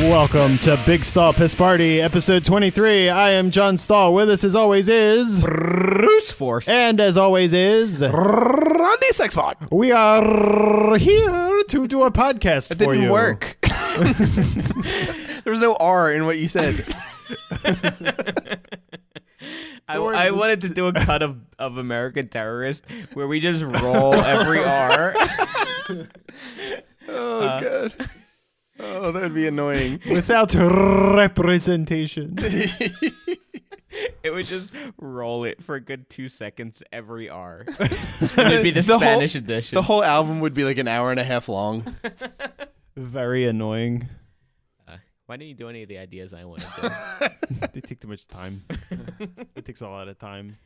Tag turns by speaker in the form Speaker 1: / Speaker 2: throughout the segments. Speaker 1: Welcome to Big Stall Piss Party, episode 23. I am John Stahl. With us, as always, is.
Speaker 2: Bruce Force.
Speaker 1: And as always, is.
Speaker 2: Rodney Sexford.
Speaker 1: We are here to do a podcast
Speaker 2: It
Speaker 1: for
Speaker 2: didn't
Speaker 1: you.
Speaker 2: work. there was no R in what you said.
Speaker 3: I, I wanted to do a cut of, of American Terrorist where we just roll every R.
Speaker 2: Oh, God. Oh, that would be annoying.
Speaker 1: Without representation.
Speaker 3: It would just roll it for a good two seconds every R. It'd be the,
Speaker 2: The whole-
Speaker 3: Spanish edition.
Speaker 2: The whole album would be like an hour and a half long.
Speaker 1: Very annoying.
Speaker 3: Uh, why didn't you do any of the ideas I wanted? to
Speaker 1: They take too much time. it takes a lot of time.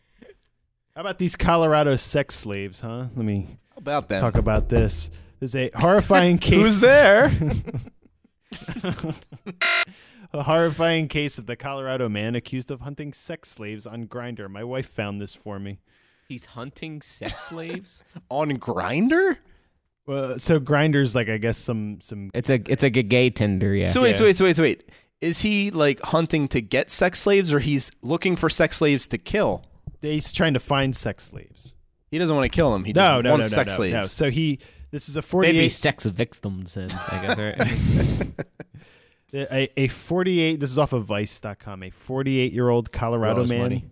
Speaker 1: How about these Colorado sex slaves, huh? Let me
Speaker 2: How about that?
Speaker 1: talk about this. There's a horrifying case.
Speaker 2: Who's there?
Speaker 1: A horrifying case of the Colorado man accused of hunting sex slaves on Grinder. My wife found this for me.
Speaker 3: He's hunting sex slaves.
Speaker 2: On Grinder?
Speaker 1: Well, so Grinder's like I guess some some
Speaker 3: It's a it's like a gay Tinder, yeah.
Speaker 2: So wait,
Speaker 1: Yeah.
Speaker 2: so wait, so wait, so wait. Is he like hunting to get sex slaves or he's looking for sex slaves to kill?
Speaker 1: he's trying to find sex slaves.
Speaker 2: He doesn't want to kill them. He just
Speaker 1: No, no, no,
Speaker 2: wants
Speaker 1: no,
Speaker 2: sex
Speaker 1: no,
Speaker 2: slaves.
Speaker 1: no. So he this is a
Speaker 3: Maybe
Speaker 1: 48
Speaker 3: sex victims. Then, I guess, right?
Speaker 1: a, a 48 this is off of vice.com. A 48-year-old Colorado
Speaker 3: Well, it's
Speaker 1: man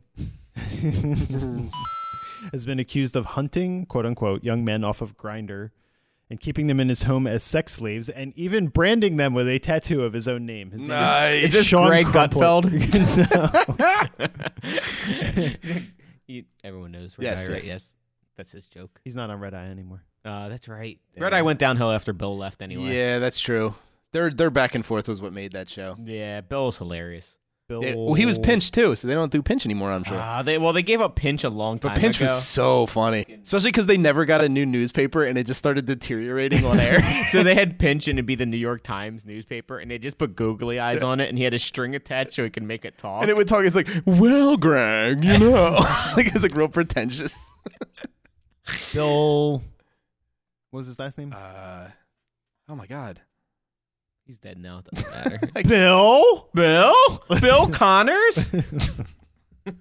Speaker 3: money.
Speaker 1: has been accused of hunting, quote unquote, young men off of Grinder and keeping them in his home as sex slaves and even branding them with a tattoo of his own name. His name is-
Speaker 2: Nice.
Speaker 3: Is this
Speaker 1: Sean
Speaker 3: Greg
Speaker 1: Crumple.
Speaker 3: You- everyone knows Red
Speaker 2: Yes,
Speaker 3: Eye, right?
Speaker 2: yes.
Speaker 3: Yes, that's his joke.
Speaker 1: He's not on Red Eye anymore.
Speaker 3: Uh, that's right.
Speaker 2: Yeah.
Speaker 3: Red Eye went downhill after Bill left anyway.
Speaker 2: Yeah, that's true. Their their back and forth was what made that show.
Speaker 3: Yeah, Bill was hilarious.
Speaker 1: Bill
Speaker 2: Yeah, well, he was pinched too, so they don't do pinch anymore. I'm sure.
Speaker 3: Oh. Ah, they well, they gave up Pinch a long time
Speaker 2: but pinch
Speaker 3: ago.
Speaker 2: was so funny, especially because they never got a new newspaper and it just started deteriorating on air.
Speaker 3: so they had Pinch and it'd be the New York Times newspaper, and they just put googly eyes on it, and he had a string attached so he could make it talk.
Speaker 2: and it would talk. It's like, well, Greg, you know, like it was like real pretentious.
Speaker 1: Bill. What was his last name?
Speaker 2: Uh, oh my god,
Speaker 3: He's dead now. It doesn't matter.
Speaker 1: Bill.
Speaker 3: Bill? Bill Connors? I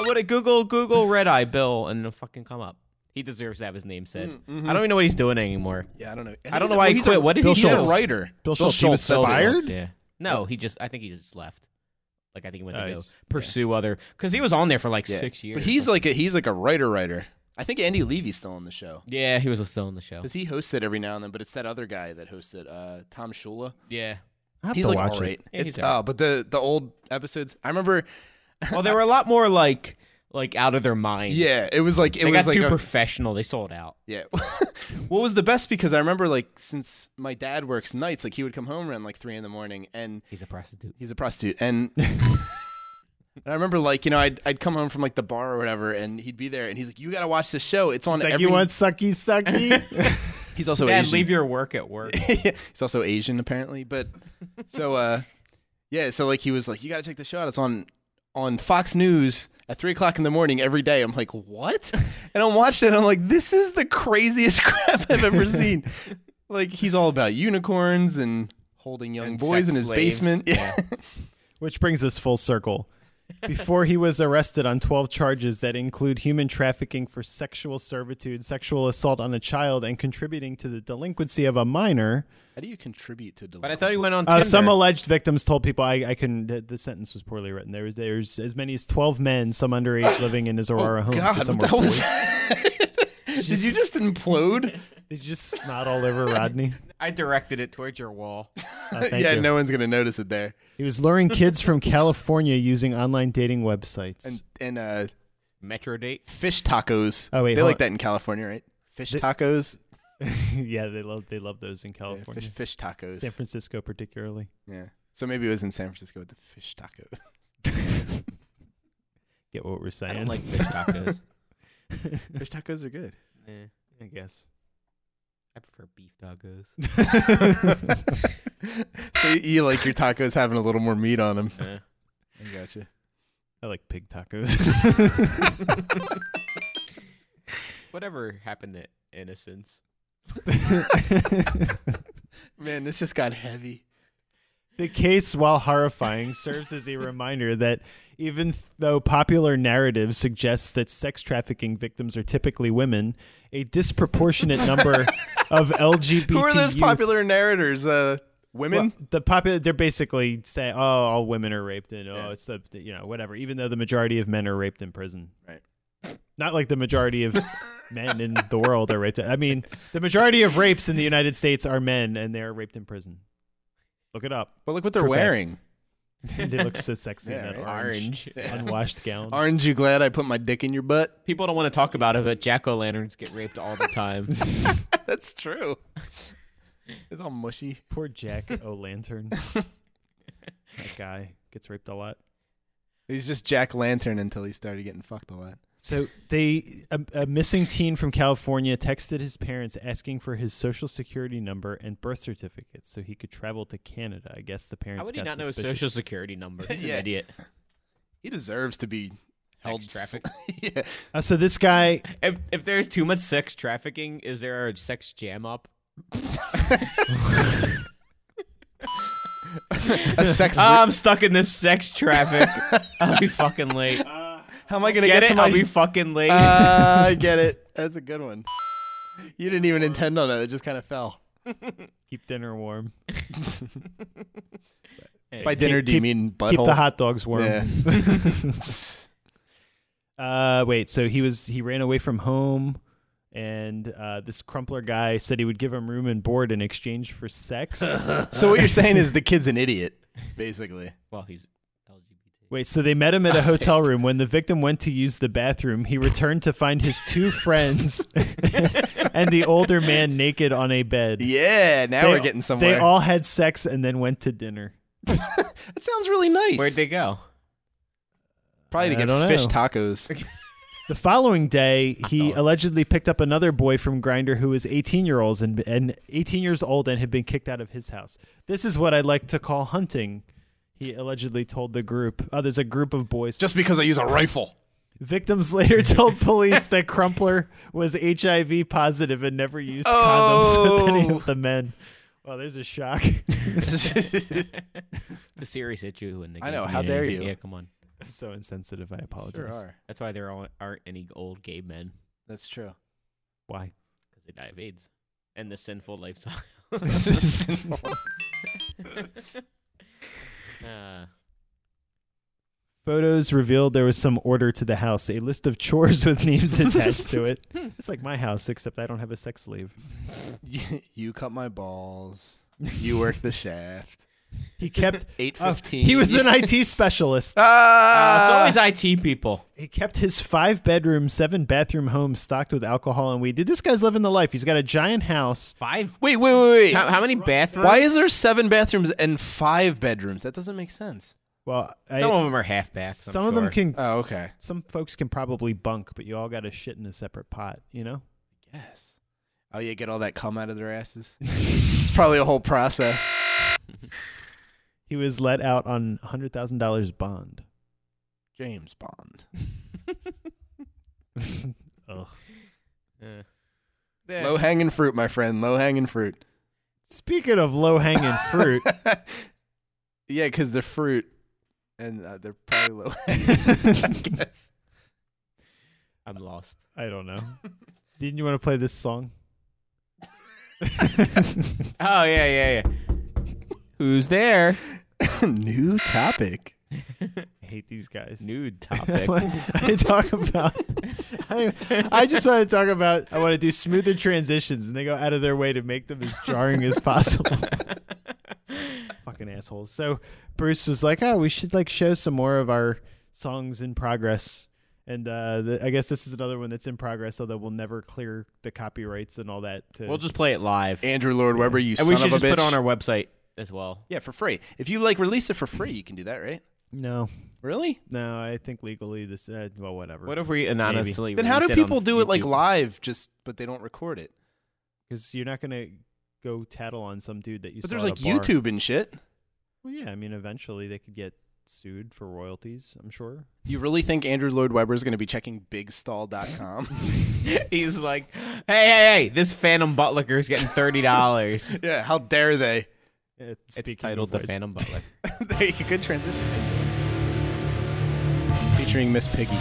Speaker 3: would have Google Google Red Eye Bill and it'll fucking come up. He deserves to have his name
Speaker 2: Hmm.
Speaker 3: said. I don't even know what he's doing anymore.
Speaker 2: Mm-hmm. yeah, I don't know. think
Speaker 3: I don't
Speaker 2: he's
Speaker 3: know
Speaker 2: a-
Speaker 3: why he
Speaker 2: he's a-
Speaker 3: quit. What did
Speaker 1: Bill
Speaker 3: he
Speaker 2: He's
Speaker 3: do?
Speaker 2: a
Speaker 1: Schultz.
Speaker 2: writer.
Speaker 1: Bill
Speaker 2: Bill
Speaker 1: Schultz. he was
Speaker 2: Schultz, that's it.
Speaker 1: fired.
Speaker 3: Yeah. No, he just. I think he just left. Like I think he went
Speaker 1: Oh,
Speaker 3: to
Speaker 1: he
Speaker 3: go
Speaker 1: just-
Speaker 3: pursue other because he was on there for like
Speaker 2: Yeah.
Speaker 3: six years.
Speaker 2: But
Speaker 3: or
Speaker 2: he's
Speaker 3: something.
Speaker 2: like a he's like a writer writer. I think Andy Levy's still on the show
Speaker 3: yeah, he was still on the show.
Speaker 2: because he hosts it every now and then. But it's that other guy that hosts it, uh, Tom Shula.
Speaker 3: Yeah.
Speaker 1: I have
Speaker 2: He's
Speaker 1: to
Speaker 2: like
Speaker 1: watch
Speaker 2: all right.
Speaker 3: Yeah, he's
Speaker 2: it's,
Speaker 3: all right.
Speaker 2: uh, but the the old episodes. I remember.
Speaker 3: Well, they were a lot more like like out of their mind.
Speaker 2: Yeah, it was like it
Speaker 3: They
Speaker 2: was
Speaker 3: got
Speaker 2: like
Speaker 3: too
Speaker 2: a-
Speaker 3: professional. They sold out.
Speaker 2: yeah. what was the best because I remember like since my dad works nights, like he would come home around like three in the morning, and
Speaker 3: He's a prostitute.
Speaker 2: he's a prostitute, and. and I remember, like you know, I'd, I'd come home from like the bar or whatever, and he'd be there, and he's like, "You gotta watch this show. It's on
Speaker 1: It's like
Speaker 2: every."
Speaker 1: you want sucky sucky.
Speaker 2: he's also
Speaker 3: Dad,
Speaker 2: Asian.
Speaker 3: leave your work at work.
Speaker 2: he's also Asian apparently, but so uh, yeah, so like he was like, "You gotta check the show out. It's on on Fox News at three o'clock in the morning every day." I'm like, "What?" And I'm watching it. I'm like, "This is the craziest crap I've ever seen." like he's all about unicorns and holding young
Speaker 3: And
Speaker 2: boys
Speaker 3: sex
Speaker 2: in his
Speaker 3: slaves.
Speaker 2: basement. Yeah.
Speaker 1: Which brings us full circle. Before he was arrested on 12 charges that include human trafficking for sexual servitude, sexual assault on a child, and contributing to the delinquency of a minor,
Speaker 2: How do you contribute to?
Speaker 3: But I thought he went on
Speaker 1: uh,
Speaker 3: Tinder.
Speaker 1: some alleged victims told people I, I couldn't. The, the sentence was poorly written. There, there's as many as 12 men, some underage, living in his Aurora home.
Speaker 2: Oh, God,
Speaker 1: some
Speaker 2: what
Speaker 1: were
Speaker 2: the hell was
Speaker 1: boys.
Speaker 2: Did you just implode?
Speaker 1: They just snot all over Rodney.
Speaker 3: I directed it towards your wall.
Speaker 1: Uh, thank
Speaker 2: yeah,
Speaker 1: you.
Speaker 2: no one's gonna notice it there.
Speaker 1: He was luring kids from California using online dating websites.
Speaker 2: And and uh,
Speaker 3: Metro date.
Speaker 2: fish tacos.
Speaker 1: Oh, wait,
Speaker 2: they
Speaker 1: hold
Speaker 2: like
Speaker 1: on.
Speaker 2: that in California, right? Fish tacos.
Speaker 1: yeah, they love they love those in
Speaker 2: Yeah,
Speaker 1: California,
Speaker 2: fish, fish tacos.
Speaker 1: San Francisco particularly.
Speaker 2: yeah. So maybe it was in San Francisco with the fish taco.
Speaker 1: Get what we're saying?
Speaker 3: I don't like fish tacos.
Speaker 2: fish tacos are good.
Speaker 3: Eh,
Speaker 1: I guess.
Speaker 3: I prefer beef tacos.
Speaker 2: so you, you like your tacos having a little more meat on them.
Speaker 3: Eh.
Speaker 2: I gotcha.
Speaker 1: I like pig tacos.
Speaker 3: Whatever happened to innocence?
Speaker 2: Man, this just got heavy.
Speaker 1: The case, while horrifying, serves as a reminder that even though popular narrative suggests that sex trafficking victims are typically women, a disproportionate number of LGBT
Speaker 2: Who are those
Speaker 1: youth-
Speaker 2: popular narrators? Uh, women?
Speaker 1: Well, the popular they're basically say, oh, all women are raped and oh, it's the you know whatever. Even though the majority of men are raped in prison,
Speaker 2: Right.
Speaker 1: Not like the majority of men in the world are raped. I mean, the majority of rapes in the United States are men, and they are raped in prison. Look it up.
Speaker 2: But look what they're
Speaker 1: Perfect.
Speaker 2: wearing.
Speaker 1: they look so sexy
Speaker 2: Yeah,
Speaker 1: in that
Speaker 2: right?
Speaker 1: orange, unwashed gown.
Speaker 2: Aren't you glad I put my dick in your butt?
Speaker 3: People don't want to talk about it, but jack o' lanterns get raped all the time.
Speaker 2: That's true. It's all mushy.
Speaker 1: Poor Jack O' Lantern. that guy gets raped a lot.
Speaker 2: He's just Jack Lantern until he started getting fucked a lot.
Speaker 1: So they a, a missing teen from California texted his parents asking for his social security number and birth certificate so he could travel to Canada. I guess the parents
Speaker 3: How would he
Speaker 1: got
Speaker 3: not know his
Speaker 1: suspicious.
Speaker 3: social security number? He's
Speaker 2: Yeah.
Speaker 3: an idiot.
Speaker 2: He deserves to be held
Speaker 3: traffic.
Speaker 2: yeah.
Speaker 1: Uh, so this guy
Speaker 3: If if there's too much sex trafficking, is there a sex jam up?
Speaker 2: A sex.
Speaker 3: Ah, I'm stuck in this sex traffic. I'll be fucking late.
Speaker 2: how am I gonna
Speaker 3: Get
Speaker 2: get,
Speaker 3: it?
Speaker 2: to my?
Speaker 3: I'll be fucking late.
Speaker 2: Uh, I get it. That's a good one. You didn't even intend on it. It just kind of fell.
Speaker 1: keep dinner warm.
Speaker 2: By dinner, do you
Speaker 1: keep-
Speaker 2: mean butthole?
Speaker 1: Keep the hot dogs warm.
Speaker 2: Yeah.
Speaker 1: Uh, wait. So he was he ran away from home, and uh, this crumpler guy said he would give him room and board in exchange for sex.
Speaker 2: so what you're saying is the kid's an idiot, basically.
Speaker 3: well, he's LGBT.
Speaker 1: wait. So they met him at a hotel room. When the victim went to use the bathroom, he returned to find his two friends and the older man naked on a bed.
Speaker 2: Yeah. Now
Speaker 1: They-
Speaker 2: we're getting somewhere.
Speaker 1: They all had sex and then went to dinner.
Speaker 2: that sounds really nice.
Speaker 3: Where'd they go?
Speaker 2: Probably to
Speaker 1: I
Speaker 2: get
Speaker 1: don't
Speaker 2: fish
Speaker 1: know.
Speaker 2: tacos.
Speaker 1: The following day, he allegedly picked up another boy from Grinder who was 18 year olds and, and 18 years old and had been kicked out of his house. This is what I like to call hunting. He allegedly told the group. Oh, there's a group of boys.
Speaker 2: just because I use a rifle.
Speaker 1: Victims later told police that Crumpler was HIV positive and never used condoms with any
Speaker 2: Oh.
Speaker 1: of the men. Well, there's a shock.
Speaker 3: The serious issue in the.
Speaker 2: I
Speaker 3: gay
Speaker 2: know, how dare
Speaker 3: community.
Speaker 2: you.
Speaker 3: Yeah, come on.
Speaker 1: I'm so insensitive. I apologize.
Speaker 3: That's why there all- aren't any old gay men
Speaker 2: That's true.
Speaker 1: Why?
Speaker 3: because they die of AIDS and the sinful lifestyle. uh,
Speaker 1: Photos revealed there was some order to the house, a list of chores with names attached to it. It's like my house, except I don't have a sex slave.
Speaker 2: you, you cut my balls. You work the shaft.
Speaker 1: He kept.
Speaker 2: Eight
Speaker 1: Oh,
Speaker 2: fifteen.
Speaker 1: he was an IT specialist.
Speaker 3: uh,
Speaker 2: Ah,
Speaker 3: it's always IT people.
Speaker 1: He kept his five bedroom, seven bathroom home stocked with alcohol and weed. Dude, this guy's living the life. He's got a giant house.
Speaker 3: Five.
Speaker 2: wait, wait, wait, wait.
Speaker 3: How, how many bathrooms?
Speaker 2: Why is there seven bathrooms and five bedrooms? That doesn't make sense.
Speaker 1: Well, I,
Speaker 3: Some of them are half backs.
Speaker 1: some of them can.
Speaker 2: Oh, okay.
Speaker 1: Some folks can probably bunk, but you all got to shit in a separate pot, you know?
Speaker 2: Yes. Oh, yeah, get all that cum out of their asses. it's probably a whole process.
Speaker 1: He was let out on $100,000 bond.
Speaker 2: James Bond.
Speaker 1: Ugh.
Speaker 3: Uh,
Speaker 2: Low hanging fruit, my friend. Low hanging fruit.
Speaker 1: Speaking of low hanging fruit,
Speaker 2: yeah, because they're fruit, and uh, they're probably low. I guess.
Speaker 3: I'm lost.
Speaker 1: I don't know. Didn't you want to play this song?
Speaker 3: Oh yeah, yeah, yeah. Who's there?
Speaker 2: New topic.
Speaker 1: I hate these guys.
Speaker 3: Nude
Speaker 1: I
Speaker 3: topic.
Speaker 1: want to talk about. I, I just want to talk about. I want to do smoother transitions, and they go out of their way to make them as jarring as possible. Fucking assholes. So Bruce was like, "Oh, we should like show some more of our songs in progress." And uh, the, I guess this is another one that's in progress, although we'll never clear the copyrights and all that. To
Speaker 3: we'll just play it live, and,
Speaker 2: Andrew Lord Webber, you
Speaker 3: we
Speaker 2: son of
Speaker 3: should
Speaker 2: a
Speaker 3: just put it
Speaker 2: bitch.
Speaker 3: on our website as well.
Speaker 2: yeah, for free. If you like release it for free, you can do that, right?
Speaker 1: no,
Speaker 2: Really?
Speaker 1: no. I think legally this. Uh, well, whatever.
Speaker 3: What if we anonymously?
Speaker 2: Then how do
Speaker 3: release it on
Speaker 2: people do it like
Speaker 3: YouTube?
Speaker 2: live? Just but they don't record it.
Speaker 1: Because you're not gonna go tattle on some dude that you.
Speaker 2: But
Speaker 1: saw
Speaker 2: there's
Speaker 1: at
Speaker 2: like
Speaker 1: a bar.
Speaker 2: YouTube and shit.
Speaker 1: Well, yeah, I mean, eventually they could get sued for royalties. I'm sure.
Speaker 2: You really think Andrew Lloyd Webber is going to be checking BigStall.com?
Speaker 3: He's like, hey, hey, hey! This Phantom Buttlicker is getting thirty dollars.
Speaker 2: yeah, how dare they?
Speaker 1: Uh, It's
Speaker 3: titled The Phantom Butler.
Speaker 2: there you go. Good transition. Featuring Miss Piggy.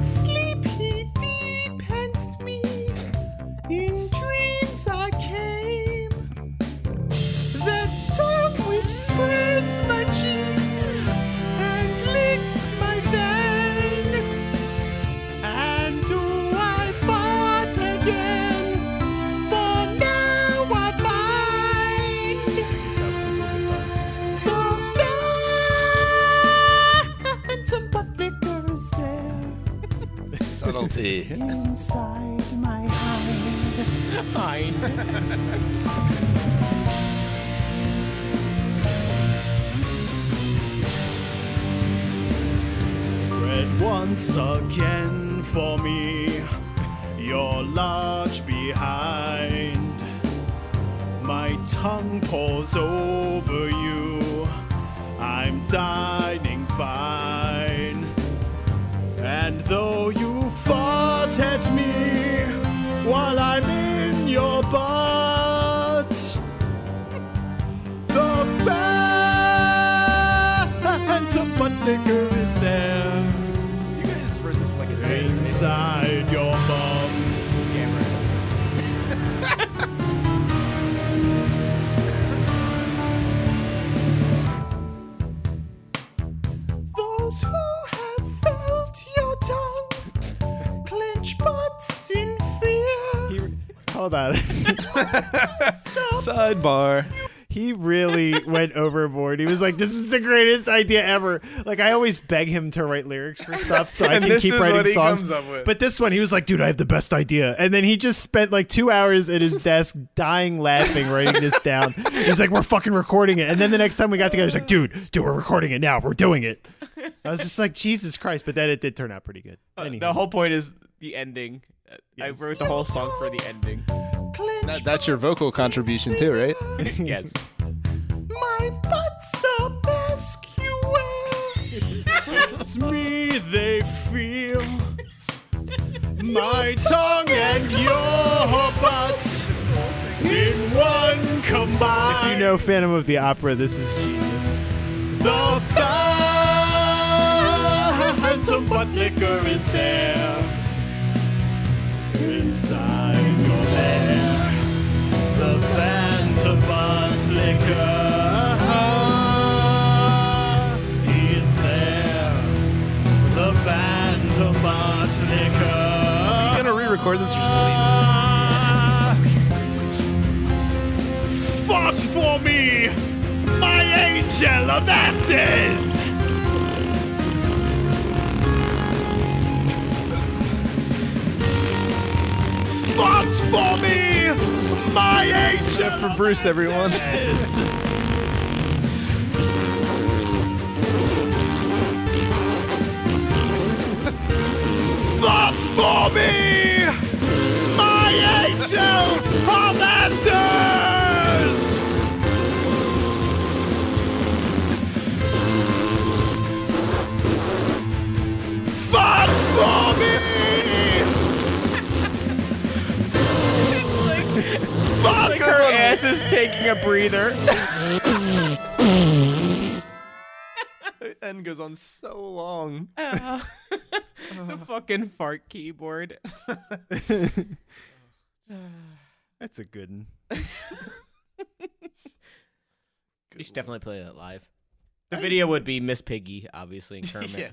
Speaker 4: Sleepy deep hensed me. In dreams I came. That tongue which spreads my cheeks and licks my vein. And do I part again? For now I find the phantom but liquor is there
Speaker 2: Subtlety.
Speaker 4: inside my hide.
Speaker 1: Spread once again for me your large behind. My tongue pours over you. I'm dining fine. And though you fought at me while I'm in your butt. The phantom butt liquor is there
Speaker 2: You guys wrote this like a
Speaker 1: inside your bum.
Speaker 4: Those who have felt your tongue clench butts in fear.
Speaker 1: Hold on.
Speaker 2: Sidebar.
Speaker 1: he really went overboard. He was like, "This is the greatest idea ever." Like I always beg him to write lyrics for stuff so I
Speaker 2: And
Speaker 1: can
Speaker 2: this
Speaker 1: keep
Speaker 2: is
Speaker 1: writing
Speaker 2: what he
Speaker 1: songs.
Speaker 2: comes up with.
Speaker 1: But this one, he was like, "Dude, I have the best idea," and then he just spent like two hours at his desk, dying laughing, writing this down. He's like, "We're fucking recording it," and then the next time we got together, he's like, "Dude, dude, we're recording it now. We're doing it." I was just like, "Jesus Christ!" But then it did turn out pretty good. Anywho.
Speaker 3: the whole point is the ending. Uh,
Speaker 1: Yes.
Speaker 3: I wrote the whole song for the ending.
Speaker 4: Clench
Speaker 2: That, that's your vocal contribution too, right?
Speaker 3: yes.
Speaker 4: my butts, the mask you wear.
Speaker 1: It's me they feel. My tongue and your butt in one combined. If you know Phantom of the Opera, this is genius. The phantom butt liquor is there inside your lair. The phantom butt liquor is there. The phantom butt
Speaker 2: Are you
Speaker 1: liquor.
Speaker 2: gonna re-record this or just leave?
Speaker 1: Fought for me, my angel of asses! Fought for me, my angel!
Speaker 2: Except for Bruce, everyone.
Speaker 1: That's for me! My angel from answers! That's for me! Fuck
Speaker 3: Her ass is taking a breather.
Speaker 2: And goes on so long.
Speaker 3: Oh. the fucking fart keyboard.
Speaker 1: That's a good one.
Speaker 3: You should definitely play that live. The video would be Miss Piggy, obviously, and Kermit.
Speaker 2: Yeah.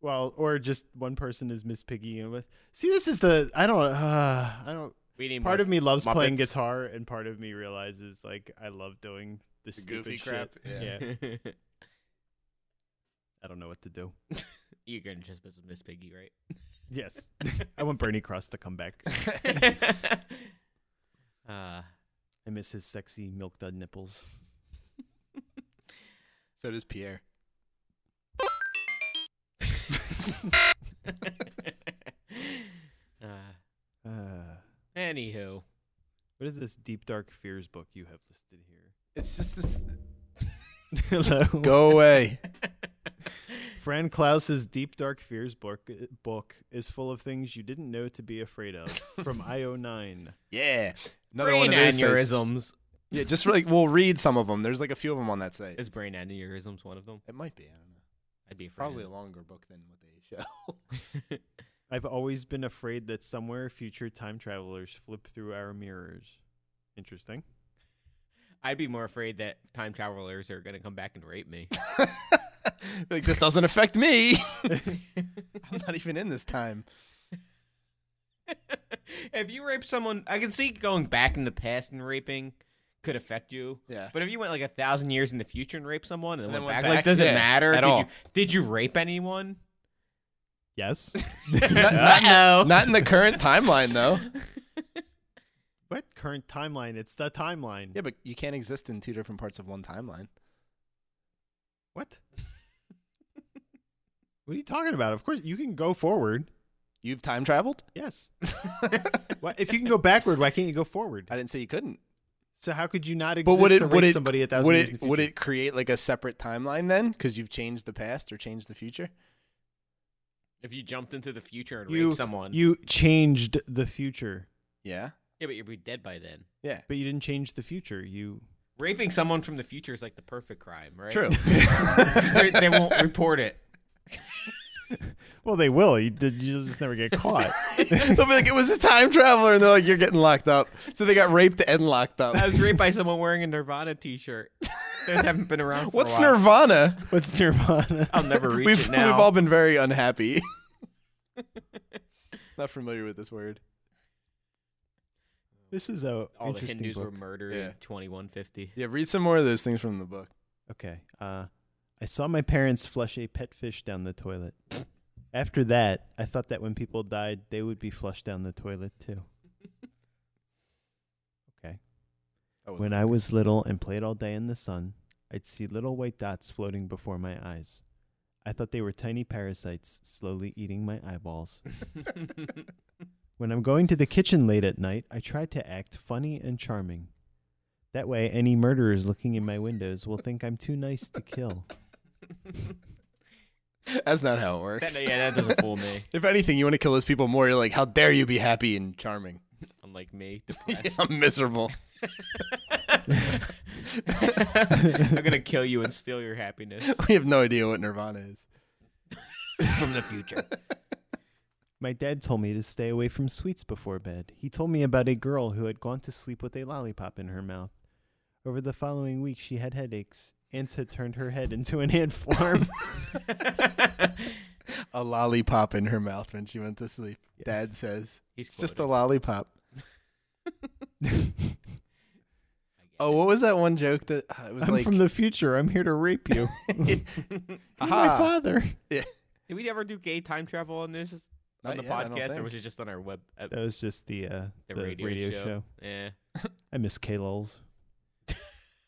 Speaker 1: Well, or just one person is Miss Piggy. and with- See, this is the I don't uh, I don't
Speaker 3: We need
Speaker 1: part
Speaker 3: more
Speaker 1: of me loves playing
Speaker 3: Muppets.
Speaker 1: guitar and part of me realizes like i love doing this
Speaker 2: The
Speaker 1: stupid
Speaker 2: goofy
Speaker 1: shit.
Speaker 2: crap, yeah.
Speaker 1: i don't know what to do
Speaker 3: You're gonna just miss Miss Piggy, right?
Speaker 1: yes i want bernie cross to come back
Speaker 3: uh,
Speaker 1: i miss his sexy milk dud nipples
Speaker 2: So does Pierre.
Speaker 3: uh,
Speaker 1: uh,
Speaker 3: anywho,
Speaker 1: what is this deep dark fears book you have listed here
Speaker 2: It's just this
Speaker 1: Hello.
Speaker 2: Go away.
Speaker 1: Fran Klaus's Deep Dark Fears book, eh, book is full of things you didn't know to be afraid of from IO9.
Speaker 2: Yeah. Another
Speaker 3: Brain
Speaker 2: one of those. sites.
Speaker 3: aneurysms.
Speaker 2: Yeah, just like we'll read some of them. There's like a few of them on that site.
Speaker 3: Is brain aneurysms one of them?
Speaker 2: It might be. I don't know.
Speaker 3: I'd be afraid.
Speaker 2: Probably a
Speaker 3: of
Speaker 2: longer book than what they show.
Speaker 3: it.
Speaker 1: I've always been afraid that somewhere future time travelers flip through our mirrors. Interesting.
Speaker 3: I'd be more afraid that time travelers are gonna come back and rape me.
Speaker 2: like this doesn't affect me. I'm not even in this time.
Speaker 3: if you rape someone, I can see going back in the past and raping could affect you.
Speaker 2: Yeah.
Speaker 3: But if you went like a thousand years in the future and raped someone and,
Speaker 2: And then
Speaker 3: went,
Speaker 2: went
Speaker 3: back, like
Speaker 2: back,
Speaker 3: does it
Speaker 2: yeah,
Speaker 3: matter?
Speaker 2: at
Speaker 3: did
Speaker 2: all.
Speaker 3: you did you rape anyone?
Speaker 1: Yes.
Speaker 3: no.
Speaker 2: Not in the current timeline though.
Speaker 1: what current timeline? It's the timeline.
Speaker 2: Yeah, but you can't exist in two different parts of one timeline.
Speaker 1: What? what are you talking about? Of course, you can go forward.
Speaker 2: You've time traveled?
Speaker 1: Yes.
Speaker 2: I
Speaker 1: Why, if you can go backward, why can't you go forward?
Speaker 2: didn't say you couldn't.
Speaker 1: So how could you not exist
Speaker 2: But would
Speaker 1: to
Speaker 2: it
Speaker 1: rape
Speaker 2: would it
Speaker 1: somebody a thousand
Speaker 2: would
Speaker 1: years in
Speaker 2: it
Speaker 1: the
Speaker 2: would
Speaker 1: future?
Speaker 2: it create like a separate timeline then? Because you've changed the past or changed the future.
Speaker 3: If you jumped into the future and
Speaker 1: You-
Speaker 3: raped someone,
Speaker 1: You changed the future,
Speaker 2: Yeah.
Speaker 3: yeah, but you'd be dead by then.
Speaker 2: Yeah.
Speaker 1: but you didn't change the future. You
Speaker 3: Raping someone from the future is like the perfect crime, right?
Speaker 2: True.
Speaker 3: 'Cause they- they won't report it.
Speaker 1: well, they will. You, did- you just never get caught.
Speaker 2: They'll be like, it was a time traveler, and they're like, you're getting locked up. So they got raped and locked up.
Speaker 3: I was raped by someone wearing a Nirvana T-shirt. Those haven't been around. For
Speaker 2: What's
Speaker 3: a while.
Speaker 2: Nirvana?
Speaker 1: What's Nirvana?
Speaker 3: I'll never reach
Speaker 2: We've
Speaker 3: it now.
Speaker 2: we've all been very unhappy. Not familiar with this word.
Speaker 1: This is a
Speaker 3: All the
Speaker 1: interesting
Speaker 3: Hindus were
Speaker 1: book.
Speaker 3: murdered
Speaker 2: Yeah.
Speaker 3: in 2150.
Speaker 2: Yeah, read some more of those things from the book.
Speaker 1: Okay. Uh, I saw my parents flush a pet fish down the toilet. After that, I thought that when people died, they would be flushed down the toilet too. Okay.
Speaker 2: That wasn't
Speaker 1: When I was little and played all day in the sun, I'd see little white dots floating before my eyes. I thought they were tiny parasites slowly eating my eyeballs. When I'm going to the kitchen late at night, I try to act funny and charming. That way, any murderers looking in my windows will think I'm too nice to kill.
Speaker 2: That's not how it works.
Speaker 3: That- yeah, that doesn't fool me.
Speaker 2: If anything, you want to kill those people more. You're like, how dare you be happy and charming?
Speaker 3: Unlike me,
Speaker 2: Yeah,
Speaker 3: depressed.
Speaker 2: I'm miserable.
Speaker 3: I'm gonna kill you and steal your happiness
Speaker 2: We have no idea what Nirvana is.
Speaker 3: from the future.
Speaker 1: My dad told me to stay away from sweets before bed. He told me about a girl who had gone to sleep with a lollipop in her mouth. Over the following week, she had headaches. Ants had turned her head into an ant farm.
Speaker 2: A lollipop in her mouth when she went to sleep. Dad says,
Speaker 3: He's
Speaker 2: it's just a
Speaker 3: quoted.
Speaker 2: lollipop.
Speaker 3: I get
Speaker 2: Oh, what was that one joke that uh, it was
Speaker 1: I'm
Speaker 2: like?
Speaker 1: from the future. I'm here to rape you.
Speaker 3: it.
Speaker 1: You're my father.
Speaker 3: Did we ever do gay time travel on this on
Speaker 2: Not
Speaker 3: the
Speaker 2: yet, I don't
Speaker 3: podcast, or
Speaker 2: think.
Speaker 3: was it just on our web? Uh,
Speaker 1: That was just the uh,
Speaker 3: the, radio, show. Yeah,
Speaker 1: I miss K. Lowell's.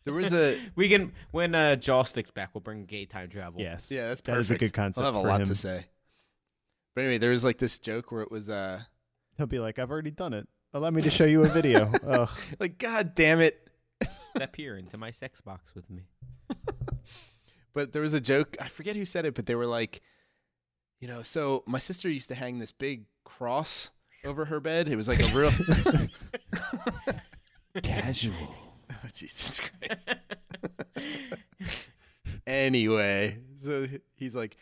Speaker 2: There was a
Speaker 3: we can when uh, Jaw sticks back, we'll bring gay time travel.
Speaker 1: Yes.
Speaker 2: Yeah, that's
Speaker 1: That is a good
Speaker 2: perfect.
Speaker 1: concept
Speaker 2: I'll have a
Speaker 1: for
Speaker 2: lot
Speaker 1: him.
Speaker 2: to say. But anyway, there was like this joke where it was uh
Speaker 1: He'll be like, I've already done it. Allow me to show you a video. Ugh.
Speaker 2: like god damn it.
Speaker 3: step here into my sex box with me.
Speaker 2: But there was a joke, I forget who said it, but they were like you know, so my sister used to hang this big cross over her bed. It was like a real casual. Oh, Jesus Christ. anyway, so he's like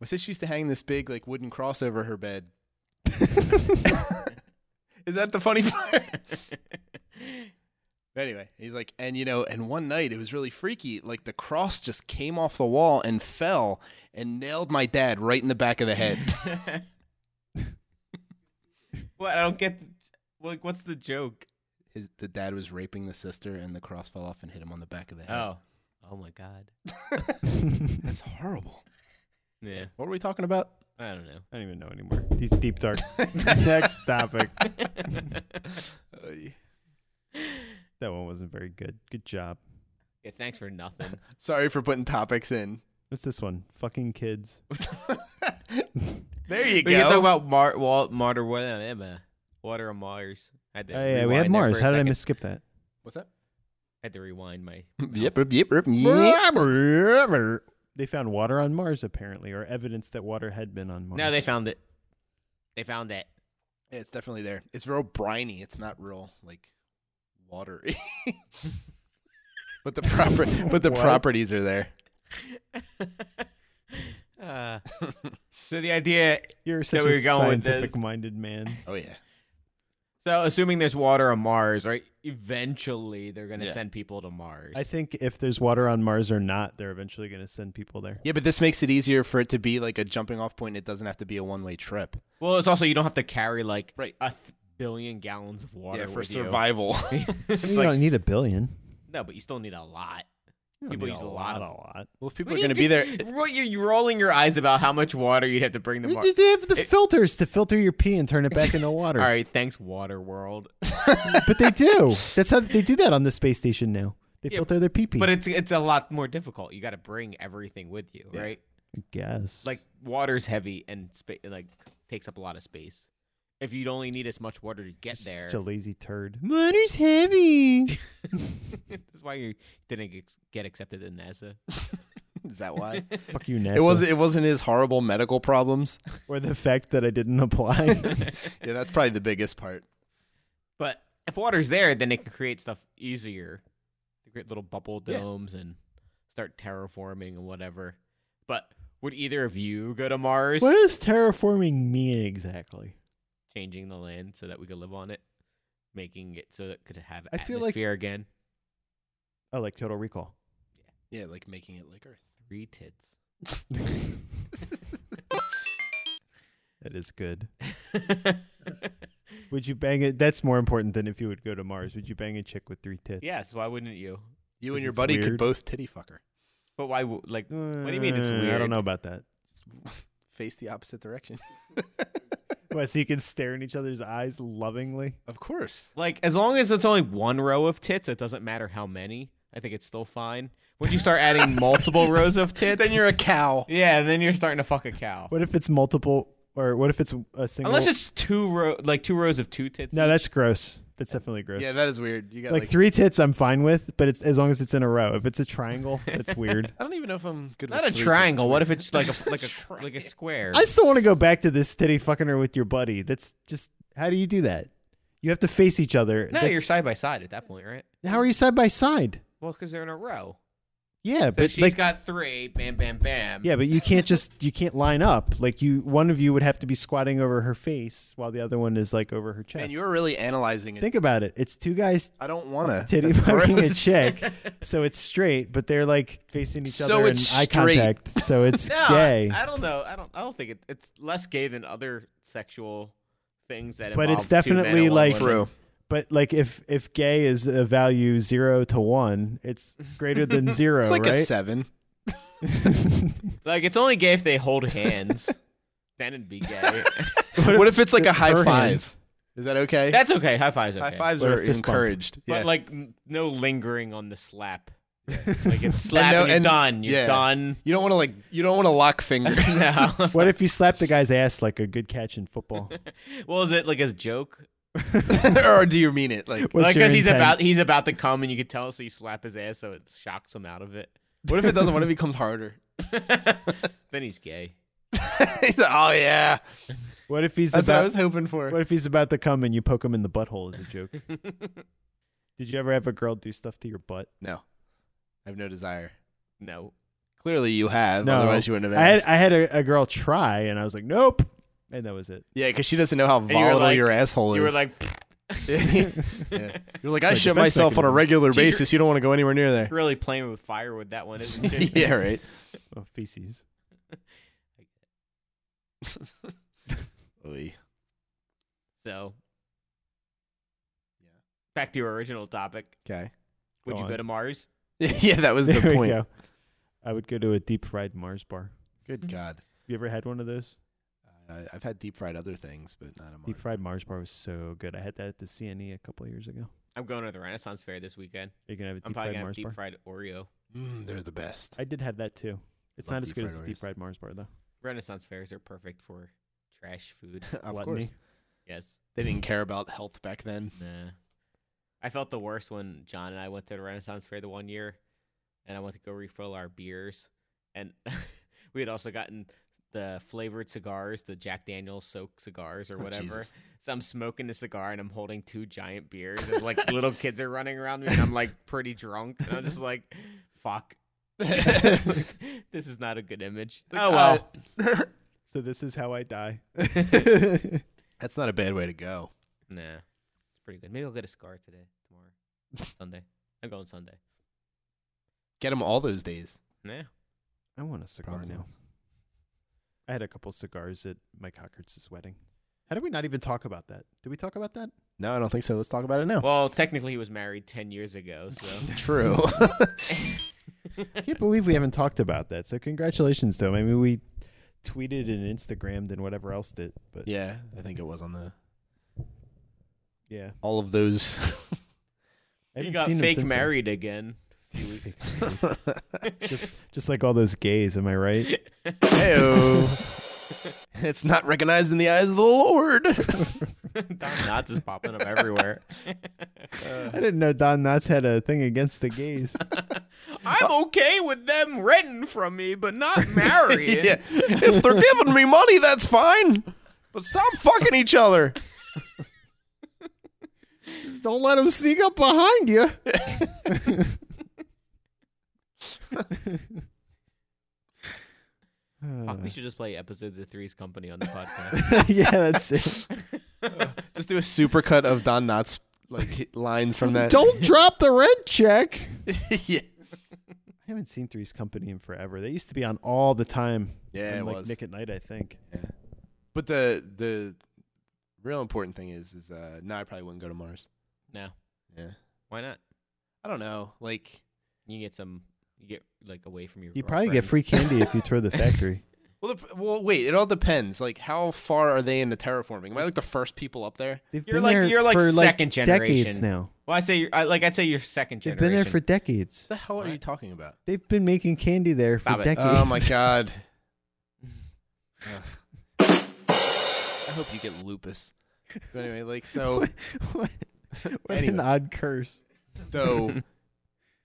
Speaker 2: my sister used to hang this big like wooden cross over her bed. Is that the funny part? Anyway, he's like, and you know, and one night it was really freaky. Like the cross just came off the wall and fell and nailed my dad right in the back of the head.
Speaker 3: What I don't get, like, what's the joke?
Speaker 2: His the dad was raping the sister, and the cross fell off and hit him on the back of the head.
Speaker 3: Oh, oh my god.
Speaker 2: that's horrible.
Speaker 3: Yeah,
Speaker 2: What were we talking about?
Speaker 3: I don't know.
Speaker 1: I don't even know anymore. These deep dark. Next topic. That one wasn't very good. Good job.
Speaker 3: Yeah, thanks for nothing.
Speaker 2: Sorry for putting topics in.
Speaker 1: What's this one? Fucking kids.
Speaker 2: There you
Speaker 3: we can talk
Speaker 2: go.
Speaker 3: about Mar- Walt Martyr uh, Water on Mars. I had to
Speaker 1: Oh, yeah, we
Speaker 3: rewind
Speaker 1: had
Speaker 3: there
Speaker 1: Mars.
Speaker 3: for a
Speaker 1: How did I
Speaker 3: second.
Speaker 1: miss skip that?
Speaker 2: What's that?
Speaker 3: had to rewind my.
Speaker 2: Yep, yep, yep, yep, yep.
Speaker 1: They found water on Mars, apparently, or evidence that water had been on Mars.
Speaker 3: No, they found it. They found it.
Speaker 2: Yeah, it's definitely there. It's real briny. It's not real like watery. but the proper but the
Speaker 1: What?
Speaker 2: properties are there.
Speaker 3: Uh, so the idea.
Speaker 1: You're such
Speaker 3: we
Speaker 1: a
Speaker 3: were going with this.
Speaker 1: scientific-minded man.
Speaker 2: Oh yeah.
Speaker 3: So assuming there's water on Mars, right? Eventually, they're gonna
Speaker 2: Yeah.
Speaker 3: send people to Mars.
Speaker 1: I think if there's water on Mars or not, they're eventually going to send people there.
Speaker 2: Yeah, but this makes it easier for it to be like a jumping off point. It doesn't have to be a one way trip.
Speaker 3: well, it's also you don't have to carry like
Speaker 2: Right.
Speaker 3: a th- billion gallons of water
Speaker 2: yeah, for
Speaker 3: with you.
Speaker 2: survival.
Speaker 3: it's
Speaker 1: you
Speaker 3: like
Speaker 1: don't need a billion.
Speaker 3: no, but you still need a lot.
Speaker 1: You don't
Speaker 3: People
Speaker 1: need
Speaker 3: use a lot
Speaker 1: a
Speaker 3: of-
Speaker 1: lot.
Speaker 2: well, if people are going to be there,
Speaker 3: What you're, you're rolling your eyes about how much water you'd have to bring to Mars.
Speaker 1: They have the
Speaker 3: It-
Speaker 1: filters to filter your pee and turn it back into water.
Speaker 3: All right, thanks, Water World.
Speaker 1: But they do. That's how they do that on the space station now. They
Speaker 3: Yeah,
Speaker 1: filter their pee pee.
Speaker 3: But it's it's a lot more difficult. You got to bring everything with you, right?
Speaker 1: I guess.
Speaker 3: Like water's heavy and spa- like takes up a lot of space. If you'd only need as much water to get there,
Speaker 1: Such a lazy turd. Water's heavy.
Speaker 3: that's why you didn't ex- get accepted in NASA.
Speaker 2: is that why?
Speaker 1: Fuck you, NASA.
Speaker 2: It wasn't. It wasn't his horrible medical problems.
Speaker 1: or the fact that I didn't apply.
Speaker 2: Yeah, that's probably the biggest part.
Speaker 3: But if water's there, then it can create stuff easier. They create little bubble domes and start terraforming and whatever. But would either of you go to Mars,
Speaker 1: what does terraforming mean exactly?
Speaker 3: changing the land so that we could live on it, making it so that it could have
Speaker 1: I
Speaker 3: atmosphere
Speaker 1: feel like-
Speaker 3: again?
Speaker 1: Oh, like Total Recall.
Speaker 2: Yeah, like making it like Earth.
Speaker 3: Three tits.
Speaker 1: That is good.
Speaker 3: yes,
Speaker 1: Would you bang it? That's more important than if you would go to Mars. Would you bang a chick with three tits?
Speaker 3: why wouldn't you?
Speaker 2: You
Speaker 1: Is
Speaker 2: and your
Speaker 1: it
Speaker 2: buddy
Speaker 1: weird?
Speaker 2: could both titty fucker.
Speaker 3: But why? wou- Like, mm,
Speaker 1: Uh,
Speaker 3: do you mean it's
Speaker 1: I
Speaker 3: weird?
Speaker 1: don't know about that.
Speaker 2: Just face the opposite direction.
Speaker 1: What, so you can stare in each other's eyes lovingly?
Speaker 2: Of course.
Speaker 3: like as long as it's only one row of tits, it doesn't matter how many. I think it's still fine. Once you start adding multiple rows of tits,
Speaker 2: Then you're a cow.
Speaker 3: yeah, then you're starting to fuck a cow.
Speaker 1: What if it's multiple, or what if it's a single?
Speaker 3: Unless it's two row, like two rows of two tits.
Speaker 1: no, that's gross. That's definitely gross.
Speaker 2: Yeah, that is weird. You got
Speaker 1: like,
Speaker 2: like,
Speaker 1: three tits, I'm fine with, but it's as long as it's in a row. If it's a triangle, it's weird.
Speaker 2: I don't even know if I'm good.
Speaker 3: not a
Speaker 2: with three
Speaker 3: triangle.
Speaker 2: tits.
Speaker 3: What if it's like a like a like a square?
Speaker 1: I still want to go back to this titty fucking her with your buddy. That's just how do you do that? You have to face each other.
Speaker 3: no,
Speaker 1: That's-
Speaker 3: you're side by side at that point, right?
Speaker 1: how are you side by side?
Speaker 3: Well, because they're in a row.
Speaker 1: Yeah,
Speaker 3: So
Speaker 1: but
Speaker 3: she's
Speaker 1: like
Speaker 3: got three. Bam, bam, bam.
Speaker 1: yeah, but you can't just you can't line up. Like you, one of you would have to be squatting over her face while the other one is like over her chest.
Speaker 2: Man, you're really analyzing it.
Speaker 1: Think about it. It's two guys
Speaker 2: I don't want to.
Speaker 1: titty fucking a chick, so it's straight, but they're like facing each
Speaker 2: So
Speaker 1: other in
Speaker 2: it's
Speaker 1: eye
Speaker 2: straight.
Speaker 1: contact, so it's
Speaker 3: No, I-
Speaker 1: gay.
Speaker 3: I, don't know. I don't. I don't think it, it's less gay than other sexual things that.
Speaker 1: But it's
Speaker 3: involve two men and
Speaker 1: definitely
Speaker 3: one
Speaker 1: like-
Speaker 3: woman.
Speaker 2: True.
Speaker 1: But like if if gay is a value zero to one, it's greater than zero,
Speaker 2: It's like a
Speaker 1: right?
Speaker 2: seven.
Speaker 3: Like it's only gay if they hold hands. then it'd be gay.
Speaker 2: What if, it's like a high
Speaker 1: her
Speaker 2: five?
Speaker 1: hands.
Speaker 2: Is that okay?
Speaker 3: That's okay. High fives. Okay.
Speaker 2: High fives
Speaker 1: Or a
Speaker 2: are
Speaker 1: fist bump.
Speaker 2: encouraged.
Speaker 3: But
Speaker 2: yeah.
Speaker 3: like n- no lingering on the slap. Like it's slap
Speaker 2: And no-
Speaker 3: and, you're
Speaker 2: and-
Speaker 3: done. You're
Speaker 2: yeah.
Speaker 3: done.
Speaker 2: you don't want to like. You don't want to lock fingers.
Speaker 3: No.
Speaker 1: What if you slap the guy's ass like a good catch in football?
Speaker 3: well, is it like as a joke?
Speaker 2: or do you mean it? Like,
Speaker 1: What's
Speaker 3: like
Speaker 1: your
Speaker 3: because he's
Speaker 1: intent?
Speaker 3: about he's about to come and you could tell, so you slap his ass, so it shocks him out of it.
Speaker 2: what if it doesn't? What if it comes harder?
Speaker 3: then he's gay.
Speaker 2: He's like, oh yeah.
Speaker 1: What if he's
Speaker 2: That's what I
Speaker 1: about
Speaker 2: was hoping for.
Speaker 1: what if he's about to come and you poke him in the butthole as a joke? Did you ever have a girl do stuff to your butt?
Speaker 2: No, I have no desire.
Speaker 3: No.
Speaker 2: Clearly, you have.
Speaker 1: No.
Speaker 2: Otherwise, you wouldn't have
Speaker 1: I had
Speaker 2: asked.
Speaker 1: I had a, a girl try and I was like, Nope. And that was it.
Speaker 2: yeah, because she doesn't know how
Speaker 3: you were
Speaker 2: volatile
Speaker 3: like-
Speaker 2: your asshole is.
Speaker 3: You were like
Speaker 2: yeah. You're like, I
Speaker 1: Like
Speaker 2: shit
Speaker 1: defense
Speaker 2: myself on a
Speaker 1: mechanism.
Speaker 2: regular
Speaker 3: She's your-
Speaker 2: basis. You don't want to go anywhere near there.
Speaker 3: really playing with fire with that one, isn't it?
Speaker 2: yeah, right.
Speaker 1: Oh, feces.
Speaker 2: Oy.
Speaker 3: So, back to your original topic.
Speaker 2: Okay.
Speaker 3: Would
Speaker 1: Go
Speaker 3: you
Speaker 1: on.
Speaker 3: go to Mars?
Speaker 2: yeah, that was
Speaker 1: There
Speaker 2: the
Speaker 1: we
Speaker 2: point.
Speaker 1: go. I would go to a deep fried Mars bar.
Speaker 2: Good God.
Speaker 1: You ever had one of those?
Speaker 2: Uh, I've had deep fried other things, but not a
Speaker 1: Deep
Speaker 2: Mars.
Speaker 1: fried Mars bar was so good. I had that at the CNE a couple of years ago.
Speaker 3: I'm going to the Renaissance Fair this weekend.
Speaker 1: Are you gonna have a
Speaker 3: I'm
Speaker 1: deep
Speaker 3: probably
Speaker 1: fried
Speaker 3: gonna have
Speaker 1: Mars
Speaker 3: deep
Speaker 1: bar?
Speaker 3: fried Oreo.
Speaker 2: Mm, they're the best.
Speaker 1: I did have that too. It's
Speaker 2: Love
Speaker 1: not as
Speaker 2: deep
Speaker 1: good
Speaker 2: fried
Speaker 1: as the deep
Speaker 2: Oreos.
Speaker 1: fried Mars bar though.
Speaker 3: Renaissance fairs are perfect for trash food.
Speaker 2: of
Speaker 1: Gluttony.
Speaker 2: course.
Speaker 3: yes.
Speaker 2: They didn't care about health back then.
Speaker 3: Nah. I felt the worst when John and I went to the Renaissance Fair the one year, and I went to go refill our beers, and we had also gotten the flavored cigars, the Jack Daniel's soaked cigars or
Speaker 2: Oh,
Speaker 3: whatever.
Speaker 2: Jesus.
Speaker 3: so I'm smoking the cigar and I'm holding two giant beers, and like little kids are running around me, and I'm like pretty drunk, and I'm just like, "Fuck, this is not a good image." oh well.
Speaker 1: So this is how I die.
Speaker 2: That's not a bad way to go.
Speaker 3: Nah, it's pretty good. Maybe I'll get a scar today, tomorrow, Sunday. I'm going Sunday.
Speaker 2: Get them all those days.
Speaker 3: Nah,
Speaker 1: I want a cigar
Speaker 2: Probably
Speaker 1: now.
Speaker 2: not.
Speaker 1: I had a couple cigars at Mike Hockert's wedding. How did we not even talk about that? Did we talk about that?
Speaker 2: No, I don't think so. Let's talk about it now.
Speaker 3: Well, technically, he was married ten years ago, so
Speaker 2: True.
Speaker 1: I can't believe we haven't talked about that. So congratulations, though. I mean, we tweeted and Instagrammed and whatever else did, but yeah,
Speaker 2: yeah, I think it was on the
Speaker 1: yeah.
Speaker 2: all of those.
Speaker 1: I
Speaker 3: he
Speaker 1: haven't
Speaker 3: got
Speaker 1: seen him
Speaker 3: fake
Speaker 1: since then.
Speaker 3: married again. a few weeks ago.
Speaker 1: just just like all those gays. Am I right?
Speaker 2: Heyo. it's not recognized in the eyes of the Lord.
Speaker 3: Don Knotts is popping up everywhere.
Speaker 1: I
Speaker 2: Uh.
Speaker 1: didn't know Don Knotts had a thing against the gays.
Speaker 3: I'm okay with them renting from me, but not marrying.
Speaker 2: yeah. If they're giving me money, that's fine. But stop fucking each other.
Speaker 1: just don't let them sneak up behind you.
Speaker 3: Fuck, we should just play episodes of Three's Company on the podcast.
Speaker 1: yeah, that's it.
Speaker 2: Just do a supercut of Don Knotts like hit lines from that.
Speaker 1: Don't drop the rent check.
Speaker 2: yeah.
Speaker 1: I haven't seen Three's Company in forever. They used to be on all the time.
Speaker 2: Yeah,
Speaker 1: on,
Speaker 2: it
Speaker 1: like
Speaker 2: was.
Speaker 1: Nick at Night, I think.
Speaker 2: But the the real important thing is is uh no, I probably wouldn't go to Mars.
Speaker 3: no,
Speaker 2: Yeah.
Speaker 3: why not?
Speaker 2: I don't know. Like
Speaker 3: You get some. You get like away from your.
Speaker 1: You probably get free candy if you tour the factory.
Speaker 2: well, the, well, wait. It all depends. Like, how far are they into terraforming? Am I like the first people up there?
Speaker 1: They've
Speaker 3: You're
Speaker 1: been
Speaker 3: like-
Speaker 1: there
Speaker 3: you're like
Speaker 1: for
Speaker 3: second
Speaker 1: decades
Speaker 3: generation.
Speaker 1: now.
Speaker 3: Well, I say you're, I, like I'd say you're second
Speaker 1: They've
Speaker 3: generation.
Speaker 1: been there for decades.
Speaker 2: the hell
Speaker 3: Right.
Speaker 2: talking about?
Speaker 1: They've been making candy there for
Speaker 3: Stop it.
Speaker 1: decades.
Speaker 2: Oh my god. Ugh. I hope you get lupus. But anyway, like so
Speaker 1: what what
Speaker 2: Anyway.
Speaker 1: an odd curse.
Speaker 2: so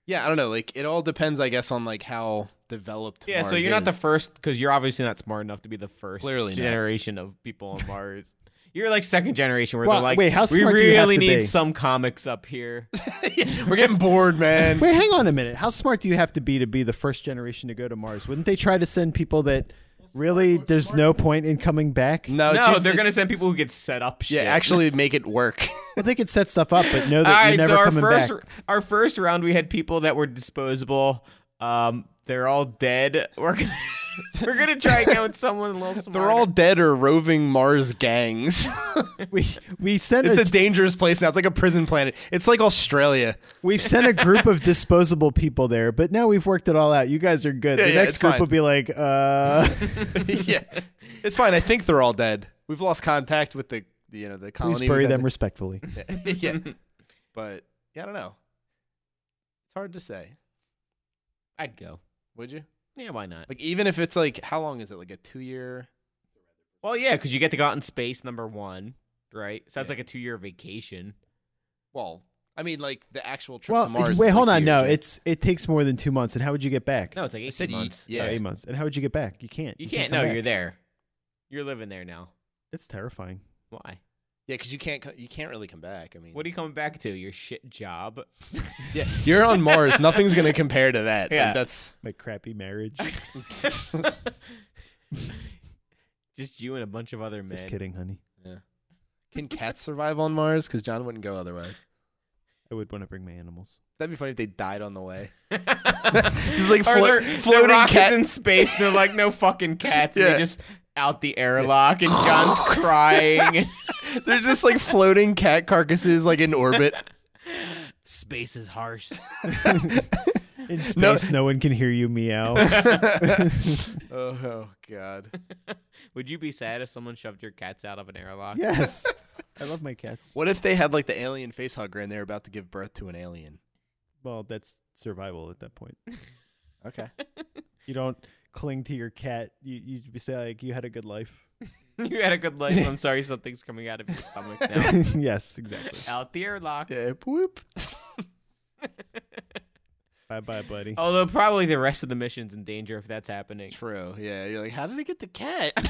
Speaker 2: yeah, I don't know. Like it all depends, I guess, on like how developed.
Speaker 3: Yeah, so
Speaker 2: Mars
Speaker 3: you're not the
Speaker 2: is.
Speaker 3: first because you're obviously not smart enough to be the first
Speaker 2: Clearly not.
Speaker 3: generation of people on Mars. You're like second generation where
Speaker 1: Well,
Speaker 3: they're like,
Speaker 1: wait, how
Speaker 3: we
Speaker 1: smart do you have
Speaker 3: really
Speaker 1: to
Speaker 3: need
Speaker 1: be?"
Speaker 3: some comics up here.
Speaker 2: We're getting bored, man.
Speaker 1: Wait, hang on a minute. How smart do you have to be to be the first generation to go to Mars? Wouldn't they try to send people that really there's no point in coming back?
Speaker 2: No, it's
Speaker 3: no,
Speaker 2: usually-
Speaker 3: they're gonna send people who get set up.
Speaker 2: Oh, yeah,
Speaker 3: shit.
Speaker 2: actually make it work.
Speaker 1: Well, they could set stuff up, but know that
Speaker 3: All
Speaker 1: you're
Speaker 3: right,
Speaker 1: never
Speaker 3: so our
Speaker 1: coming
Speaker 3: first
Speaker 1: back.
Speaker 3: our first round we had people that were disposable. Um, they're all dead. We're gonna we're gonna try again with someone a little smarter.
Speaker 2: They're all dead or roving Mars gangs.
Speaker 1: We we sent
Speaker 2: it's
Speaker 1: a,
Speaker 2: a dangerous place now. It's like a prison planet. It's like Australia.
Speaker 1: we've sent a group of disposable people there, but now we've worked it all out. You guys are good.
Speaker 2: Yeah,
Speaker 1: the
Speaker 2: yeah,
Speaker 1: next
Speaker 2: it's
Speaker 1: group
Speaker 2: fine.
Speaker 1: will be like, uh,
Speaker 2: yeah, it's fine. I think they're all dead. We've lost contact with the the, you know the colony.
Speaker 1: please bury
Speaker 2: We've
Speaker 1: them
Speaker 2: had
Speaker 1: respectfully.
Speaker 2: the- yeah, but yeah, I don't know. It's hard to say.
Speaker 3: I'd go.
Speaker 2: Would you?
Speaker 3: Yeah, why not?
Speaker 2: Like even if it's like how long is it? Like a two year?
Speaker 3: Well, yeah, because you get to go out in space. Number one, right? So that's
Speaker 2: Yeah.
Speaker 3: like a two year vacation.
Speaker 2: Well, I mean like the actual trip
Speaker 1: Well,
Speaker 2: to Mars.
Speaker 1: wait,
Speaker 2: is, like,
Speaker 1: hold
Speaker 2: two
Speaker 1: on.
Speaker 2: years,
Speaker 1: No,
Speaker 2: right?
Speaker 1: it's it takes more than two months. And how would you get back?
Speaker 3: No, it's like
Speaker 2: I
Speaker 3: eight
Speaker 2: said ye-
Speaker 3: months.
Speaker 1: Oh,
Speaker 2: yeah.
Speaker 1: eight months. And how would you get back? You can't.
Speaker 3: You can't.
Speaker 1: come
Speaker 3: No,
Speaker 1: back.
Speaker 3: you're there. You're living there now.
Speaker 1: It's terrifying.
Speaker 3: Why?
Speaker 2: Yeah, because you can't co- you can't really come back. I mean,
Speaker 3: What are you coming back to? Your shit job.
Speaker 2: yeah, you're on Mars. Nothing's gonna compare to that.
Speaker 3: Yeah.
Speaker 2: Yeah, that's
Speaker 1: My crappy marriage.
Speaker 3: Just you and a bunch of other men.
Speaker 1: Just kidding, honey.
Speaker 2: can cats survive on Mars? Because John wouldn't go otherwise.
Speaker 1: I would want to bring my animals.
Speaker 2: That'd be funny if they died on the way. Just like
Speaker 3: Or
Speaker 2: flo-
Speaker 3: they're,
Speaker 2: floating
Speaker 3: they're rockets
Speaker 2: cat-
Speaker 3: in space. They're like no fucking cats.
Speaker 2: Yeah.
Speaker 3: They're just out the airlock, and John's crying. and
Speaker 2: They're just like floating cat carcasses like in orbit.
Speaker 3: Space is harsh.
Speaker 1: In space,
Speaker 2: No-
Speaker 1: no, one can hear you meow.
Speaker 2: Oh, oh god.
Speaker 3: Would you be sad if someone shoved your cats out of an airlock?
Speaker 1: yes. I love my cats.
Speaker 2: What if they had like the alien face hugger and they're about to give birth to an alien?
Speaker 1: Well, that's survival at that point.
Speaker 2: Okay.
Speaker 1: You don't cling to your cat. You you just say like you had a good life.
Speaker 3: you had a good life. I'm sorry, something's coming out of your stomach now.
Speaker 1: yes, exactly.
Speaker 3: Out the airlock.
Speaker 2: Yeah, whoop.
Speaker 1: Bye bye, buddy.
Speaker 3: Although probably the rest of the mission's in danger if that's happening.
Speaker 2: True. Yeah. You're like, how did I get the cat?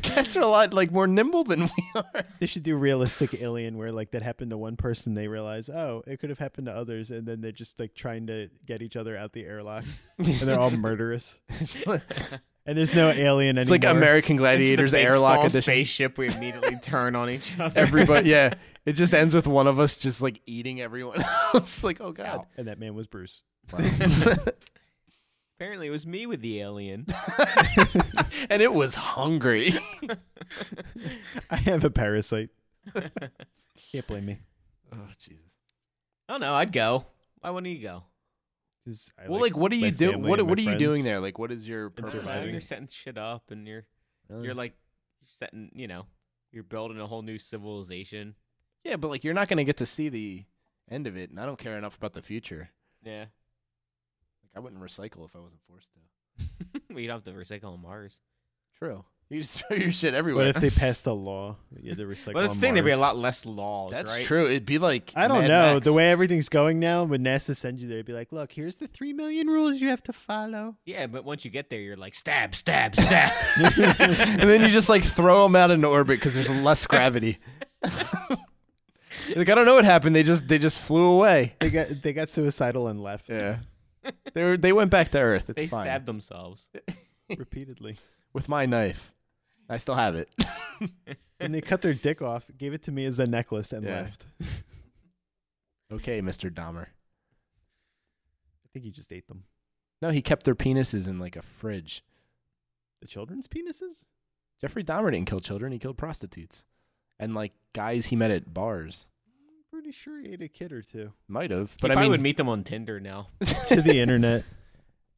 Speaker 2: Cats are a lot like more nimble than we are.
Speaker 1: They should do realistic alien where like that happened to one person, they realize, oh, it could have happened to others, and then they're just like trying to get each other out the airlock. and they're all murderous. And there's no alien anymore.
Speaker 2: It's like American
Speaker 3: It's the
Speaker 2: Gladiators
Speaker 3: big
Speaker 2: airlock
Speaker 3: stall
Speaker 2: edition.
Speaker 3: spaceship. We immediately turn on each other.
Speaker 2: Everybody, yeah. It just ends with one of us just like eating everyone else. like, oh god.
Speaker 1: And that man was Bruce.
Speaker 3: Apparently, it was me with the alien.
Speaker 2: and it was hungry.
Speaker 1: I have a parasite. Can't blame me.
Speaker 2: oh Jesus.
Speaker 3: I don't know. I'd go. Why wouldn't you go?
Speaker 1: 'Cause I
Speaker 2: well, like, what are
Speaker 1: my
Speaker 2: you doing?
Speaker 1: family
Speaker 2: What
Speaker 1: and
Speaker 2: What are
Speaker 1: my
Speaker 2: you doing
Speaker 1: friends.
Speaker 2: there? Like, what is your purpose?
Speaker 1: surviving.
Speaker 3: You're setting shit up, and you're
Speaker 2: Uh.
Speaker 3: you're like you're setting. You know, you're building a whole new civilization.
Speaker 2: yeah, but like, you're not gonna get to see the end of it, and I don't care enough about the future.
Speaker 3: Yeah,
Speaker 2: Like, I wouldn't recycle if I wasn't forced to.
Speaker 3: we don't have to recycle on Mars.
Speaker 2: True. You just throw your shit everywhere.
Speaker 1: what if they passed a law? that You had to recycle.
Speaker 3: well, that's the
Speaker 1: on
Speaker 3: thing. There'd be a
Speaker 1: Mars?
Speaker 3: lot less laws.
Speaker 2: That's
Speaker 3: right?
Speaker 2: true. It'd be like
Speaker 1: I don't
Speaker 2: Mad
Speaker 1: know.
Speaker 2: Max.
Speaker 1: The way everything's going now, when NASA sends you there, it'd be like, look, here's the three million rules you have to follow.
Speaker 3: Yeah, but once you get there, you're like stab, stab, stab.
Speaker 2: and then you just like throw them out into orbit because there's less gravity. like I don't know what happened. They just they just flew away.
Speaker 1: They got they got suicidal and left
Speaker 2: Yeah. they were, they went back to Earth. It's
Speaker 3: they
Speaker 2: fine.
Speaker 3: stabbed themselves.
Speaker 1: repeatedly.
Speaker 2: With my knife, I still have it.
Speaker 1: And they cut their dick off, gave it to me as a necklace, and
Speaker 2: Yeah.
Speaker 1: left.
Speaker 2: okay, Mister Dahmer.
Speaker 1: I think you just ate them.
Speaker 2: No, he kept their penises in like a fridge.
Speaker 1: The children's penises?
Speaker 2: Jeffrey Dahmer didn't kill children. He killed prostitutes, and like guys he met at bars.
Speaker 1: I'm pretty sure he ate a kid or two.
Speaker 2: Might have,
Speaker 3: But
Speaker 2: but
Speaker 3: I
Speaker 2: I mean,
Speaker 3: would meet them on Tinder now.
Speaker 1: to the internet.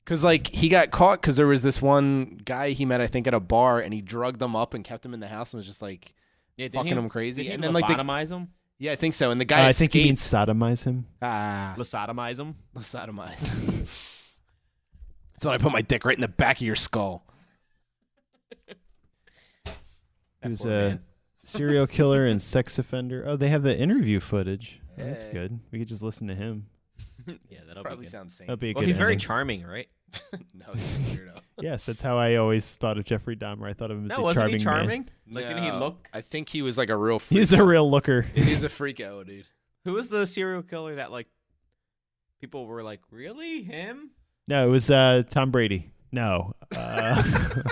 Speaker 2: Cause like he got caught because there was this one guy he met I think at a bar and he drugged them up and kept them in the house and was just like
Speaker 3: Yeah, didn't
Speaker 2: fucking
Speaker 3: he-
Speaker 2: them crazy
Speaker 3: didn't he
Speaker 2: and then like the,
Speaker 3: lobotomize them,
Speaker 2: yeah I think so and the
Speaker 1: Uh,
Speaker 2: guy
Speaker 1: I
Speaker 2: escaped.
Speaker 1: think you mean sodomize him.
Speaker 2: ah
Speaker 3: lobotomize them.
Speaker 2: lobotomized. That's when I put my dick right in the back of your skull.
Speaker 1: He was uh,
Speaker 3: poor
Speaker 1: a
Speaker 3: man.
Speaker 1: serial killer and sex offender. Oh, they have the interview footage. Oh, that's
Speaker 2: Hey.
Speaker 1: good. We could just listen to him.
Speaker 3: Yeah, that'll
Speaker 2: Probably
Speaker 3: be good.
Speaker 2: sounds sane.
Speaker 1: That'd be a
Speaker 3: Well,
Speaker 1: good.
Speaker 3: he's very
Speaker 1: ending.
Speaker 3: charming, right?
Speaker 2: no, he's a weirdo.
Speaker 1: yes, that's how I always thought of Jeffrey Dahmer. I thought of him as
Speaker 3: No,
Speaker 1: a
Speaker 3: wasn't
Speaker 1: charming,
Speaker 3: he
Speaker 1: man.
Speaker 3: charming? Like, didn't he
Speaker 2: No,
Speaker 3: look?
Speaker 2: I think he was like a real. Freak
Speaker 1: He's a real looker.
Speaker 2: He's a freak out, dude.
Speaker 3: Who was the serial killer that like people were like, really him?
Speaker 1: No, it was uh, Tom Brady. No, uh,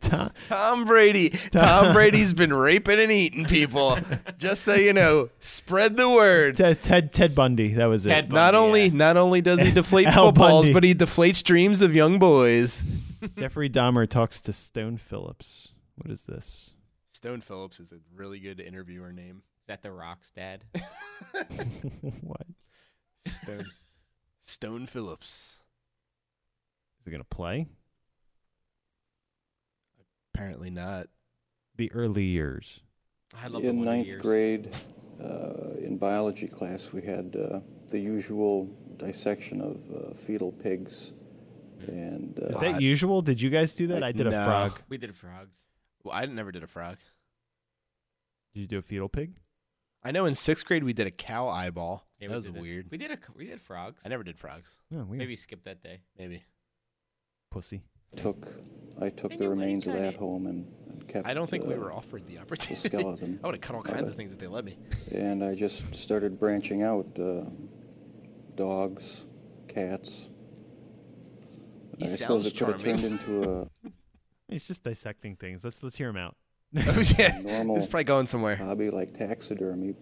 Speaker 1: Tom,
Speaker 2: Tom Brady. Tom Brady's been raping and eating people. Just so you know, spread the word.
Speaker 1: Ted, Ted Ted Bundy. That was it.
Speaker 3: Ted Bundy,
Speaker 2: Not only
Speaker 3: yeah.
Speaker 2: not only does he deflate
Speaker 1: Al
Speaker 2: footballs,
Speaker 1: Bundy.
Speaker 2: but he deflates dreams of young boys.
Speaker 1: Jeffrey Dahmer talks to Stone Phillips. What is this?
Speaker 2: Stone Phillips is a really good interviewer name.
Speaker 3: Is that the Rock's dad?
Speaker 1: what
Speaker 2: Stone Stone Phillips.
Speaker 1: is he gonna play?
Speaker 2: Apparently not.
Speaker 1: The early years.
Speaker 3: I love the
Speaker 5: in
Speaker 3: one
Speaker 5: ninth
Speaker 3: years.
Speaker 5: grade, uh, in biology class, we had uh, the usual dissection of uh, fetal pigs, and uh,
Speaker 1: Is
Speaker 2: Uh,
Speaker 1: that usual? Did you guys do that? I did a
Speaker 2: no.
Speaker 1: frog.
Speaker 3: We did frogs.
Speaker 2: Well, I never did a frog.
Speaker 1: Did you do a fetal pig?
Speaker 2: I know in sixth grade we did a cow eyeball.
Speaker 3: Yeah,
Speaker 2: that
Speaker 3: we
Speaker 2: was
Speaker 3: did it.
Speaker 2: weird.
Speaker 3: We did a we did frogs.
Speaker 2: I never did frogs.
Speaker 1: No, weird.
Speaker 3: Maybe skip that day.
Speaker 2: Maybe
Speaker 1: pussy.
Speaker 5: took I took
Speaker 3: Then
Speaker 5: the
Speaker 3: you would've
Speaker 5: remains of
Speaker 3: done
Speaker 5: that
Speaker 3: it.
Speaker 5: home and, and kept.
Speaker 2: I don't think we
Speaker 5: uh,
Speaker 2: were offered the opportunity.
Speaker 5: skeleton.
Speaker 2: I would have cut all kinds of things if they let me.
Speaker 5: And I just started branching out: uh, dogs, cats.
Speaker 2: He
Speaker 5: I suppose
Speaker 2: sounds
Speaker 5: it could have
Speaker 2: charming.
Speaker 5: turned into a
Speaker 1: He's just dissecting things. Let's let's hear him out.
Speaker 2: Oh, yeah.
Speaker 5: Normal.
Speaker 2: It's probably going somewhere.
Speaker 5: hobby like taxidermy.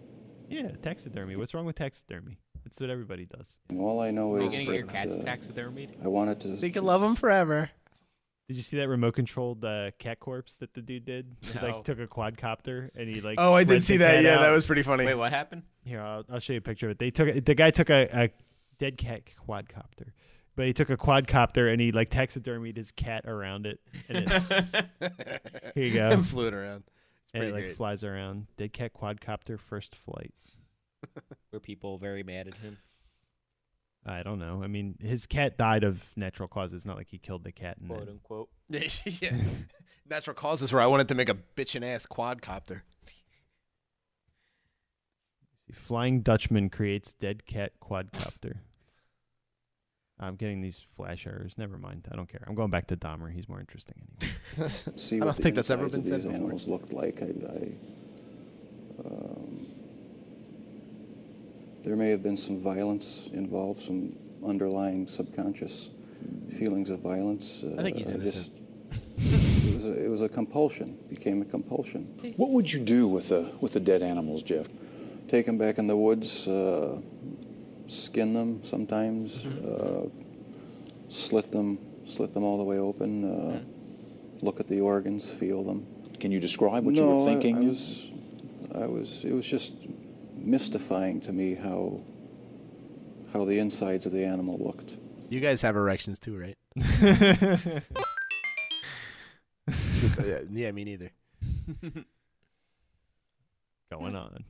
Speaker 1: Yeah, taxidermy. What's wrong with taxidermy? That's what everybody does.
Speaker 5: And all I know
Speaker 3: Are you
Speaker 5: is
Speaker 3: gonna get your
Speaker 5: that,
Speaker 3: cats
Speaker 5: uh,
Speaker 3: taxidermied?
Speaker 5: I wanted to.
Speaker 2: They
Speaker 5: to
Speaker 2: can love him forever.
Speaker 1: Did you see that remote controlled uh, cat corpse that the dude did? He
Speaker 3: No.
Speaker 1: like took a quadcopter and he like.
Speaker 2: Oh, I
Speaker 1: spread
Speaker 2: did see
Speaker 1: the
Speaker 2: that.
Speaker 1: cat
Speaker 2: Yeah, that
Speaker 1: out.
Speaker 2: was pretty funny.
Speaker 3: Wait, what happened?
Speaker 1: Here, I'll, I'll show you a picture of it. They took a- the guy took a, a dead cat quadcopter, but he took a quadcopter and he like taxidermied his cat around it. And it here you go.
Speaker 2: and flew it around. It's
Speaker 1: and
Speaker 2: pretty
Speaker 1: it like
Speaker 2: great.
Speaker 1: flies around. Dead cat quadcopter first flight.
Speaker 3: Were people very mad at him?
Speaker 1: I don't know. I mean, his cat died of natural causes. Not like he killed the cat. And
Speaker 3: Quote
Speaker 1: then-
Speaker 3: unquote.
Speaker 2: yeah. natural causes where I wanted to make a bitchin' ass quadcopter.
Speaker 1: Flying Dutchman creates dead cat quadcopter. I'm getting these flash errors. Never mind. I don't care. I'm going back to Dahmer. He's more interesting anyway.
Speaker 5: see
Speaker 2: I
Speaker 5: what
Speaker 2: don't
Speaker 5: the
Speaker 2: think that's ever been
Speaker 5: insides of these
Speaker 2: said before.
Speaker 5: animals looked like. I, I, um, there may have been some violence involved, some underlying subconscious feelings of violence. Uh,
Speaker 2: Hmm. I think he's
Speaker 5: just- it, was a, it was a compulsion. Became a compulsion.
Speaker 6: What would you do with the with the dead animals, Jeff?
Speaker 5: Take them back in the woods, uh, skin them sometimes,
Speaker 2: Mm-hmm.
Speaker 5: uh, slit them, slit them all the way open. Uh,
Speaker 2: Mm-hmm.
Speaker 5: Look at the organs, feel them.
Speaker 6: Can you describe what
Speaker 5: no,
Speaker 6: you were
Speaker 5: I-
Speaker 6: thinking?
Speaker 5: I, was, I was. It was just mystifying to me how how the insides of the animal looked.
Speaker 2: You guys have erections too, right? Just, uh, yeah, me neither.
Speaker 1: going on.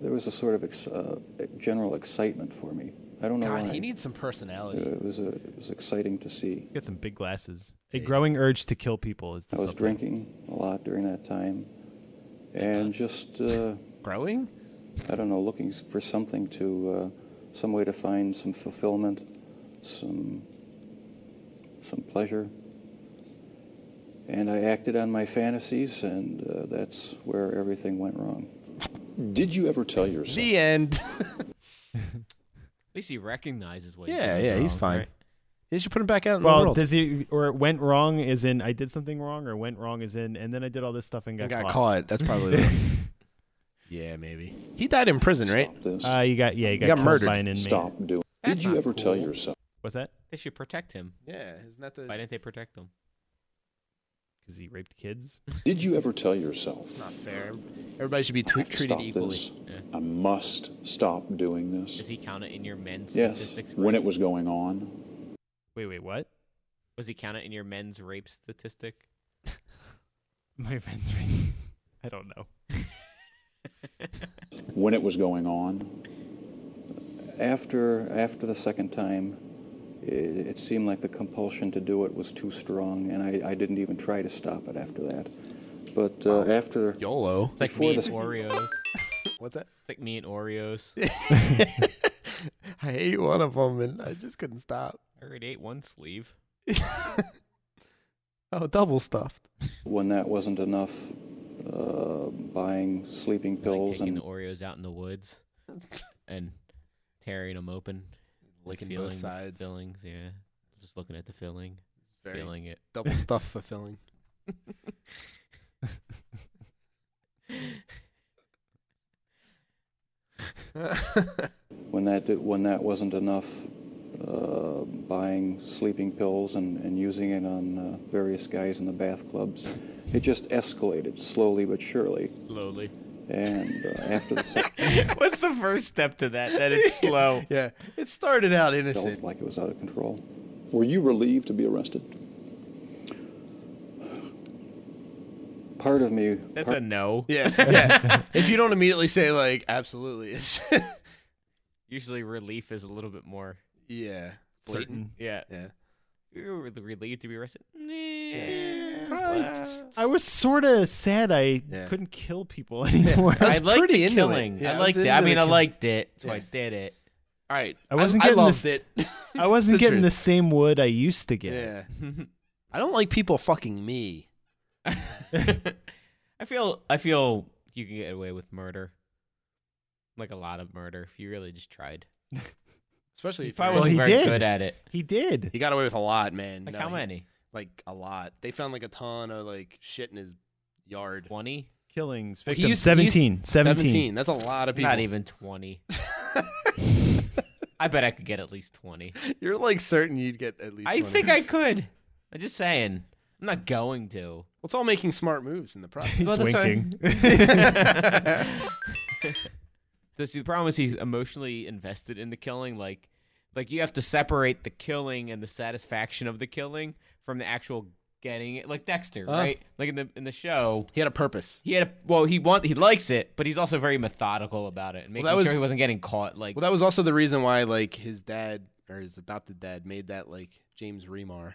Speaker 5: There was a sort of ex, uh, general excitement for me. I don't know
Speaker 2: God,
Speaker 5: why. Uh,
Speaker 2: he needs some personality.
Speaker 5: it was a, it was exciting to see.
Speaker 1: Get some big glasses. A growing urge to kill people is the
Speaker 5: I was
Speaker 1: subtitle.
Speaker 5: drinking a lot during that time, and just uh,
Speaker 2: Growing?
Speaker 5: I don't know, looking for something to uh, some way to find some fulfillment, some some pleasure. And I acted on my fantasies, and uh, that's where everything went wrong.
Speaker 6: Did you ever tell yourself?
Speaker 2: The end.
Speaker 3: At least he recognizes what.
Speaker 2: Yeah,
Speaker 3: he did
Speaker 2: yeah,
Speaker 3: was
Speaker 2: he's
Speaker 3: wrong,
Speaker 2: fine.
Speaker 3: right?
Speaker 2: You should put him back out in the
Speaker 1: Well,
Speaker 2: world.
Speaker 1: does he or it went wrong as in I did something wrong or went wrong as in and then I did all this stuff and got,
Speaker 2: got, caught. That's probably. what- yeah, maybe. He died in prison, right?
Speaker 6: Stop this.
Speaker 1: Uh, you got yeah, you got,
Speaker 2: got
Speaker 1: killed
Speaker 2: murdered.
Speaker 1: by an inmate.
Speaker 6: Stop doing.
Speaker 3: That's
Speaker 6: Did you
Speaker 3: not
Speaker 6: ever tell
Speaker 3: cool.
Speaker 6: yourself?
Speaker 1: What's that?
Speaker 3: They should protect him.
Speaker 2: Yeah, isn't that
Speaker 3: Why didn't they protect him?
Speaker 1: Because he raped kids.
Speaker 6: Did you ever tell yourself?
Speaker 2: not fair? Everybody should be tw- treated
Speaker 6: Stop
Speaker 2: equally.
Speaker 6: this.
Speaker 3: Yeah.
Speaker 6: I must stop doing
Speaker 3: Does
Speaker 6: this.
Speaker 3: he count it in your men's
Speaker 5: Yes.
Speaker 3: statistics?
Speaker 6: When it was going on,
Speaker 1: Wait, wait, what?
Speaker 3: Was he counted in your men's rape statistic?
Speaker 1: My friend's ring. I don't know.
Speaker 6: when it was going on,
Speaker 5: After after the second time, it, it seemed like the compulsion to do it was too strong, and I, I didn't even try to stop it after that. But uh, after
Speaker 2: YOLO.
Speaker 3: It's like
Speaker 5: Before
Speaker 3: me
Speaker 5: the-
Speaker 3: and Oreos. It's
Speaker 2: What's that?
Speaker 3: like me and Oreos.
Speaker 2: I ate one of them and I just couldn't stop.
Speaker 3: I already ate one sleeve.
Speaker 2: Oh, double stuffed.
Speaker 5: when that wasn't enough, uh, buying sleeping
Speaker 3: Then, Like
Speaker 5: pills
Speaker 3: taking
Speaker 5: and
Speaker 3: the Oreos out in the woods and tearing them open, and
Speaker 2: Licking both
Speaker 3: feeling the
Speaker 2: sides.
Speaker 3: fillings. Yeah, just looking at the filling, feeling it.
Speaker 2: double stuff fulfilling.
Speaker 5: when that di- when that wasn't enough, uh, buying sleeping pills and, and using it on uh, various guys in the bath clubs, it just escalated slowly but surely.
Speaker 3: Slowly.
Speaker 5: And uh, after the second,
Speaker 3: What's the first step to that? That it's slow.
Speaker 2: yeah, it started out
Speaker 5: felt
Speaker 2: innocent.
Speaker 5: like it was out of control.
Speaker 6: were you relieved to be arrested?
Speaker 5: Part of me,
Speaker 3: That's
Speaker 5: part,
Speaker 3: a no.
Speaker 2: Yeah, yeah. if you don't immediately say like absolutely, it's
Speaker 3: Usually relief is a little bit more
Speaker 2: yeah,
Speaker 3: blatant. Yeah.
Speaker 2: Yeah.
Speaker 3: You were relieved to be arrested.
Speaker 1: I was sort of sad I
Speaker 2: Yeah.
Speaker 1: couldn't kill people anymore.
Speaker 2: I
Speaker 3: I
Speaker 2: was
Speaker 3: liked
Speaker 2: pretty
Speaker 3: the
Speaker 2: into it.
Speaker 3: killing.
Speaker 2: Yeah, I
Speaker 3: I
Speaker 2: was
Speaker 3: liked it.
Speaker 2: into
Speaker 3: I
Speaker 2: the
Speaker 3: mean, I
Speaker 2: killing.
Speaker 3: liked it, so I did it.
Speaker 2: All right,
Speaker 1: I wasn't
Speaker 2: I,
Speaker 1: getting
Speaker 2: loved
Speaker 1: the-
Speaker 2: it.
Speaker 1: I wasn't
Speaker 2: It's the
Speaker 1: getting the
Speaker 2: truth.
Speaker 1: same wood I used to get.
Speaker 2: Yeah, I don't like people fucking me.
Speaker 3: I feel I feel you can get away with murder, like a lot of murder, if you really just tried.
Speaker 2: Especially
Speaker 3: If I
Speaker 1: Well,
Speaker 3: wasn't
Speaker 1: he
Speaker 3: very
Speaker 1: did.
Speaker 3: good at it,
Speaker 1: He did.
Speaker 2: he got away with a lot, man.
Speaker 3: like
Speaker 2: No,
Speaker 3: how
Speaker 2: he-
Speaker 3: many?
Speaker 2: like a lot. They found like a ton of like shit in his yard.
Speaker 3: Twenty?
Speaker 1: Killings.
Speaker 2: Well, he
Speaker 1: victims.
Speaker 2: used- he
Speaker 1: 17,
Speaker 2: used-
Speaker 1: 17.
Speaker 2: That's a lot of people.
Speaker 3: Not even twenty. I bet I could get at least twenty.
Speaker 2: You're like certain you'd get at least.
Speaker 3: I
Speaker 2: 20.
Speaker 3: think I could. I'm just saying. I'm not going to.
Speaker 2: Well, it's all making smart moves in the process.
Speaker 1: He's
Speaker 3: Well, that's what I'm-
Speaker 1: winking.
Speaker 3: The, see, the problem is he's emotionally invested in the killing. Like, like you have to separate the killing and the satisfaction of the killing from the actual getting it. Like
Speaker 2: Oh.
Speaker 3: Dexter, right? Like in the in the show,
Speaker 2: he had a purpose.
Speaker 3: he had a well, he want he likes it, but he's also very methodical about it and making
Speaker 2: that was-
Speaker 3: sure he wasn't getting caught. Like,
Speaker 2: Well, that was also the reason why like his dad or his adopted dad made that like James Remar.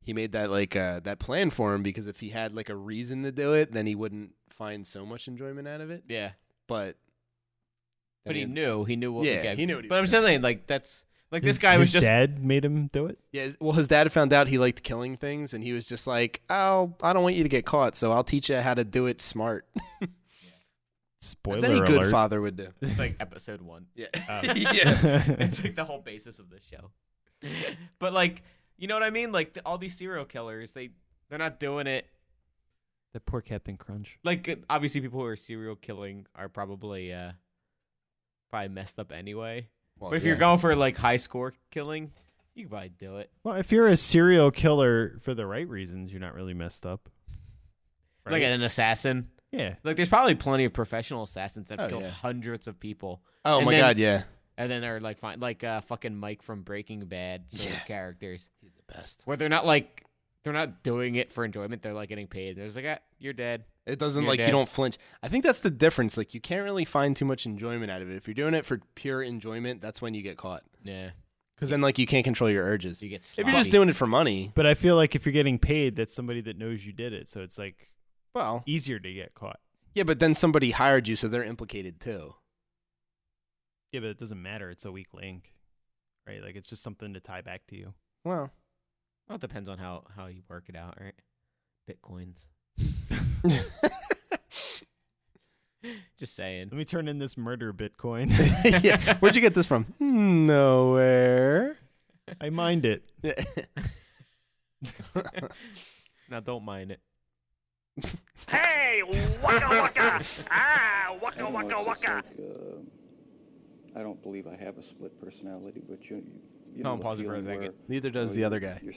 Speaker 2: he made that like uh, that plan for him because if he had like a reason to do it, then he wouldn't find so much enjoyment out of it.
Speaker 3: Yeah.
Speaker 2: But
Speaker 3: But he knew. He knew what
Speaker 2: Yeah,
Speaker 3: we gave.
Speaker 2: he knew what he
Speaker 3: but
Speaker 2: was
Speaker 3: I'm just saying, like that's like this
Speaker 1: His-
Speaker 3: guy was
Speaker 1: his
Speaker 3: just
Speaker 1: dad made him do it.
Speaker 2: Yeah, well, his dad found out he liked killing things, and he was just like, "Oh, I don't want you to get caught, so I'll teach you how to do it smart."
Speaker 1: Spoiler
Speaker 2: As any
Speaker 1: alert.
Speaker 2: good father would do.
Speaker 3: like episode one.
Speaker 2: Yeah,
Speaker 1: Oh.
Speaker 2: yeah.
Speaker 3: it's like the whole basis of this show. but like, you know what I mean? Like the, all these serial killers, they they're not doing it.
Speaker 1: the poor Captain Crunch.
Speaker 3: Like uh, obviously, people who are serial killing are probably uh probably messed up anyway.
Speaker 2: Well,
Speaker 3: but if
Speaker 2: Oh, yeah.
Speaker 3: you're going for like high score killing, you can probably do it.
Speaker 1: Well, if you're a serial killer for the right reasons, you're not really messed up.
Speaker 3: Like
Speaker 1: Right?
Speaker 3: an assassin.
Speaker 1: yeah.
Speaker 3: Like there's probably plenty of professional assassins that
Speaker 2: Oh,
Speaker 3: have killed
Speaker 2: yeah.
Speaker 3: hundreds of people.
Speaker 2: oh
Speaker 3: and
Speaker 2: my
Speaker 3: then-
Speaker 2: god, yeah,
Speaker 3: And then they're like fine, like uh, fucking Mike from Breaking Bad sort of characters,
Speaker 2: he's the best.
Speaker 3: where they're not like they're not doing it for enjoyment. They're like getting paid. They're just like, ah, you're dead.
Speaker 2: It doesn't
Speaker 3: Your
Speaker 2: like
Speaker 3: dad-
Speaker 2: you don't flinch. I think that's the difference. Like you can't really find too much enjoyment out of it. If you're doing it for pure enjoyment, that's when you get caught.
Speaker 3: Yeah,
Speaker 2: Because then like you can't control your urges.
Speaker 3: you get.
Speaker 2: If you're just doing it for money,
Speaker 1: But I feel like if you're getting paid, that's somebody that knows you did it, so it's like
Speaker 2: well,
Speaker 1: easier to get caught.
Speaker 2: yeah, but then somebody hired you, so they're implicated too.
Speaker 1: Yeah, but it doesn't matter. It's a weak link, right? Like it's just something to tie back to you.
Speaker 2: Well,
Speaker 3: well, it depends on how how you work it out, right? Bitcoins. Just saying.
Speaker 1: Let me turn in this murder Bitcoin.
Speaker 2: yeah. Where'd you get this from? Nowhere.
Speaker 1: I mind it.
Speaker 3: Now don't mind it.
Speaker 5: I don't know, it's just like, uh, I don't believe I have a split personality, but you, you, you know
Speaker 3: Don't
Speaker 5: the
Speaker 3: pause it for a
Speaker 5: feeling
Speaker 3: second.
Speaker 5: where-
Speaker 2: Neither does
Speaker 5: where
Speaker 2: the
Speaker 5: you-
Speaker 2: other guy.
Speaker 5: you're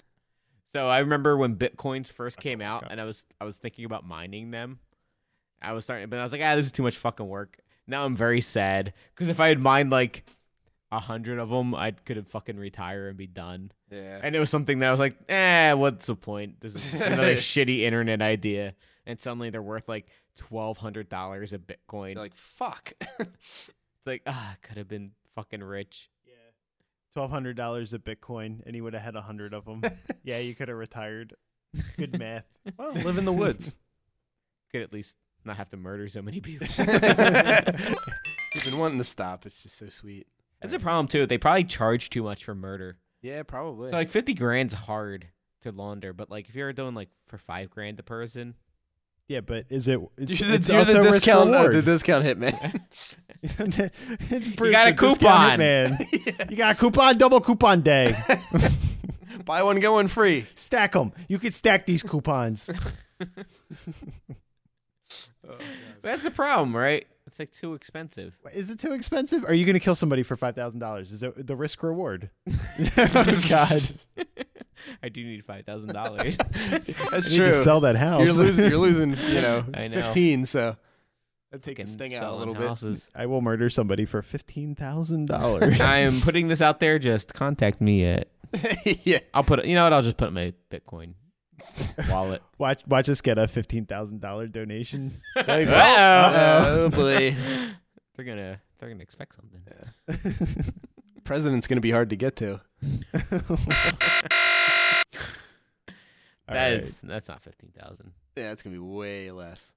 Speaker 3: So I remember when bitcoins first came out,
Speaker 1: God.
Speaker 3: and I was I was thinking about mining them. I was starting, but I was like, ah, this is too much fucking work. Now I'm very sad because if I had mined like a hundred of them, I could have fucking retire and be done.
Speaker 2: Yeah.
Speaker 3: And it was something that I was like, eh, what's the point? This is another shitty internet idea. And suddenly they're worth like twelve hundred dollars a bitcoin.
Speaker 2: You're like, fuck.
Speaker 3: it's like, ah, could have been fucking rich.
Speaker 1: Twelve hundred dollars of Bitcoin, and he would have had a hundred of them. yeah, you could have retired. Good math.
Speaker 2: well, live in the woods.
Speaker 3: Could at least not have to murder so many people.
Speaker 2: You've been wanting to stop. It's just so sweet.
Speaker 3: That's a problem too. They probably charge too much for murder.
Speaker 2: Yeah, probably.
Speaker 3: So like fifty grand's hard to launder, but like if you're doing like for five grand a person,
Speaker 1: Yeah, but is it? It's,
Speaker 2: you're the,
Speaker 1: it's
Speaker 2: you're the
Speaker 1: also risk
Speaker 2: discount, uh,
Speaker 1: reward.
Speaker 2: the discount hitman.
Speaker 1: it's
Speaker 3: You got a coupon.
Speaker 1: man. You got a coupon, double coupon day.
Speaker 2: Buy one, get one free.
Speaker 1: stack them. You could stack these coupons.
Speaker 3: that's a problem, right? It's like too expensive.
Speaker 1: Is it too expensive? Are you going to kill somebody for five thousand dollars? Is it the risk reward? oh, God,
Speaker 3: I do need five thousand dollars.
Speaker 2: That's
Speaker 1: I need to
Speaker 2: true.
Speaker 1: sell that house.
Speaker 2: You're losing. You're losing. You know,
Speaker 3: I know.
Speaker 2: fifteen. So I'd take this thing out a little
Speaker 1: I will murder somebody for fifteen thousand dollars.
Speaker 3: I am putting this out there. Just contact me at.
Speaker 2: bit. yeah.
Speaker 3: I'll put. it- You know what? I'll just put it in my Bitcoin wallet.
Speaker 1: Watch, watch us get a fifteen thousand dollar donation.
Speaker 3: Uh-oh.
Speaker 2: Oh boy.
Speaker 3: They're gonna. They're gonna expect something.
Speaker 2: President's gonna be hard to get to.
Speaker 1: All
Speaker 3: that's that's not fifteen thousand.
Speaker 2: Yeah, it's gonna be way less.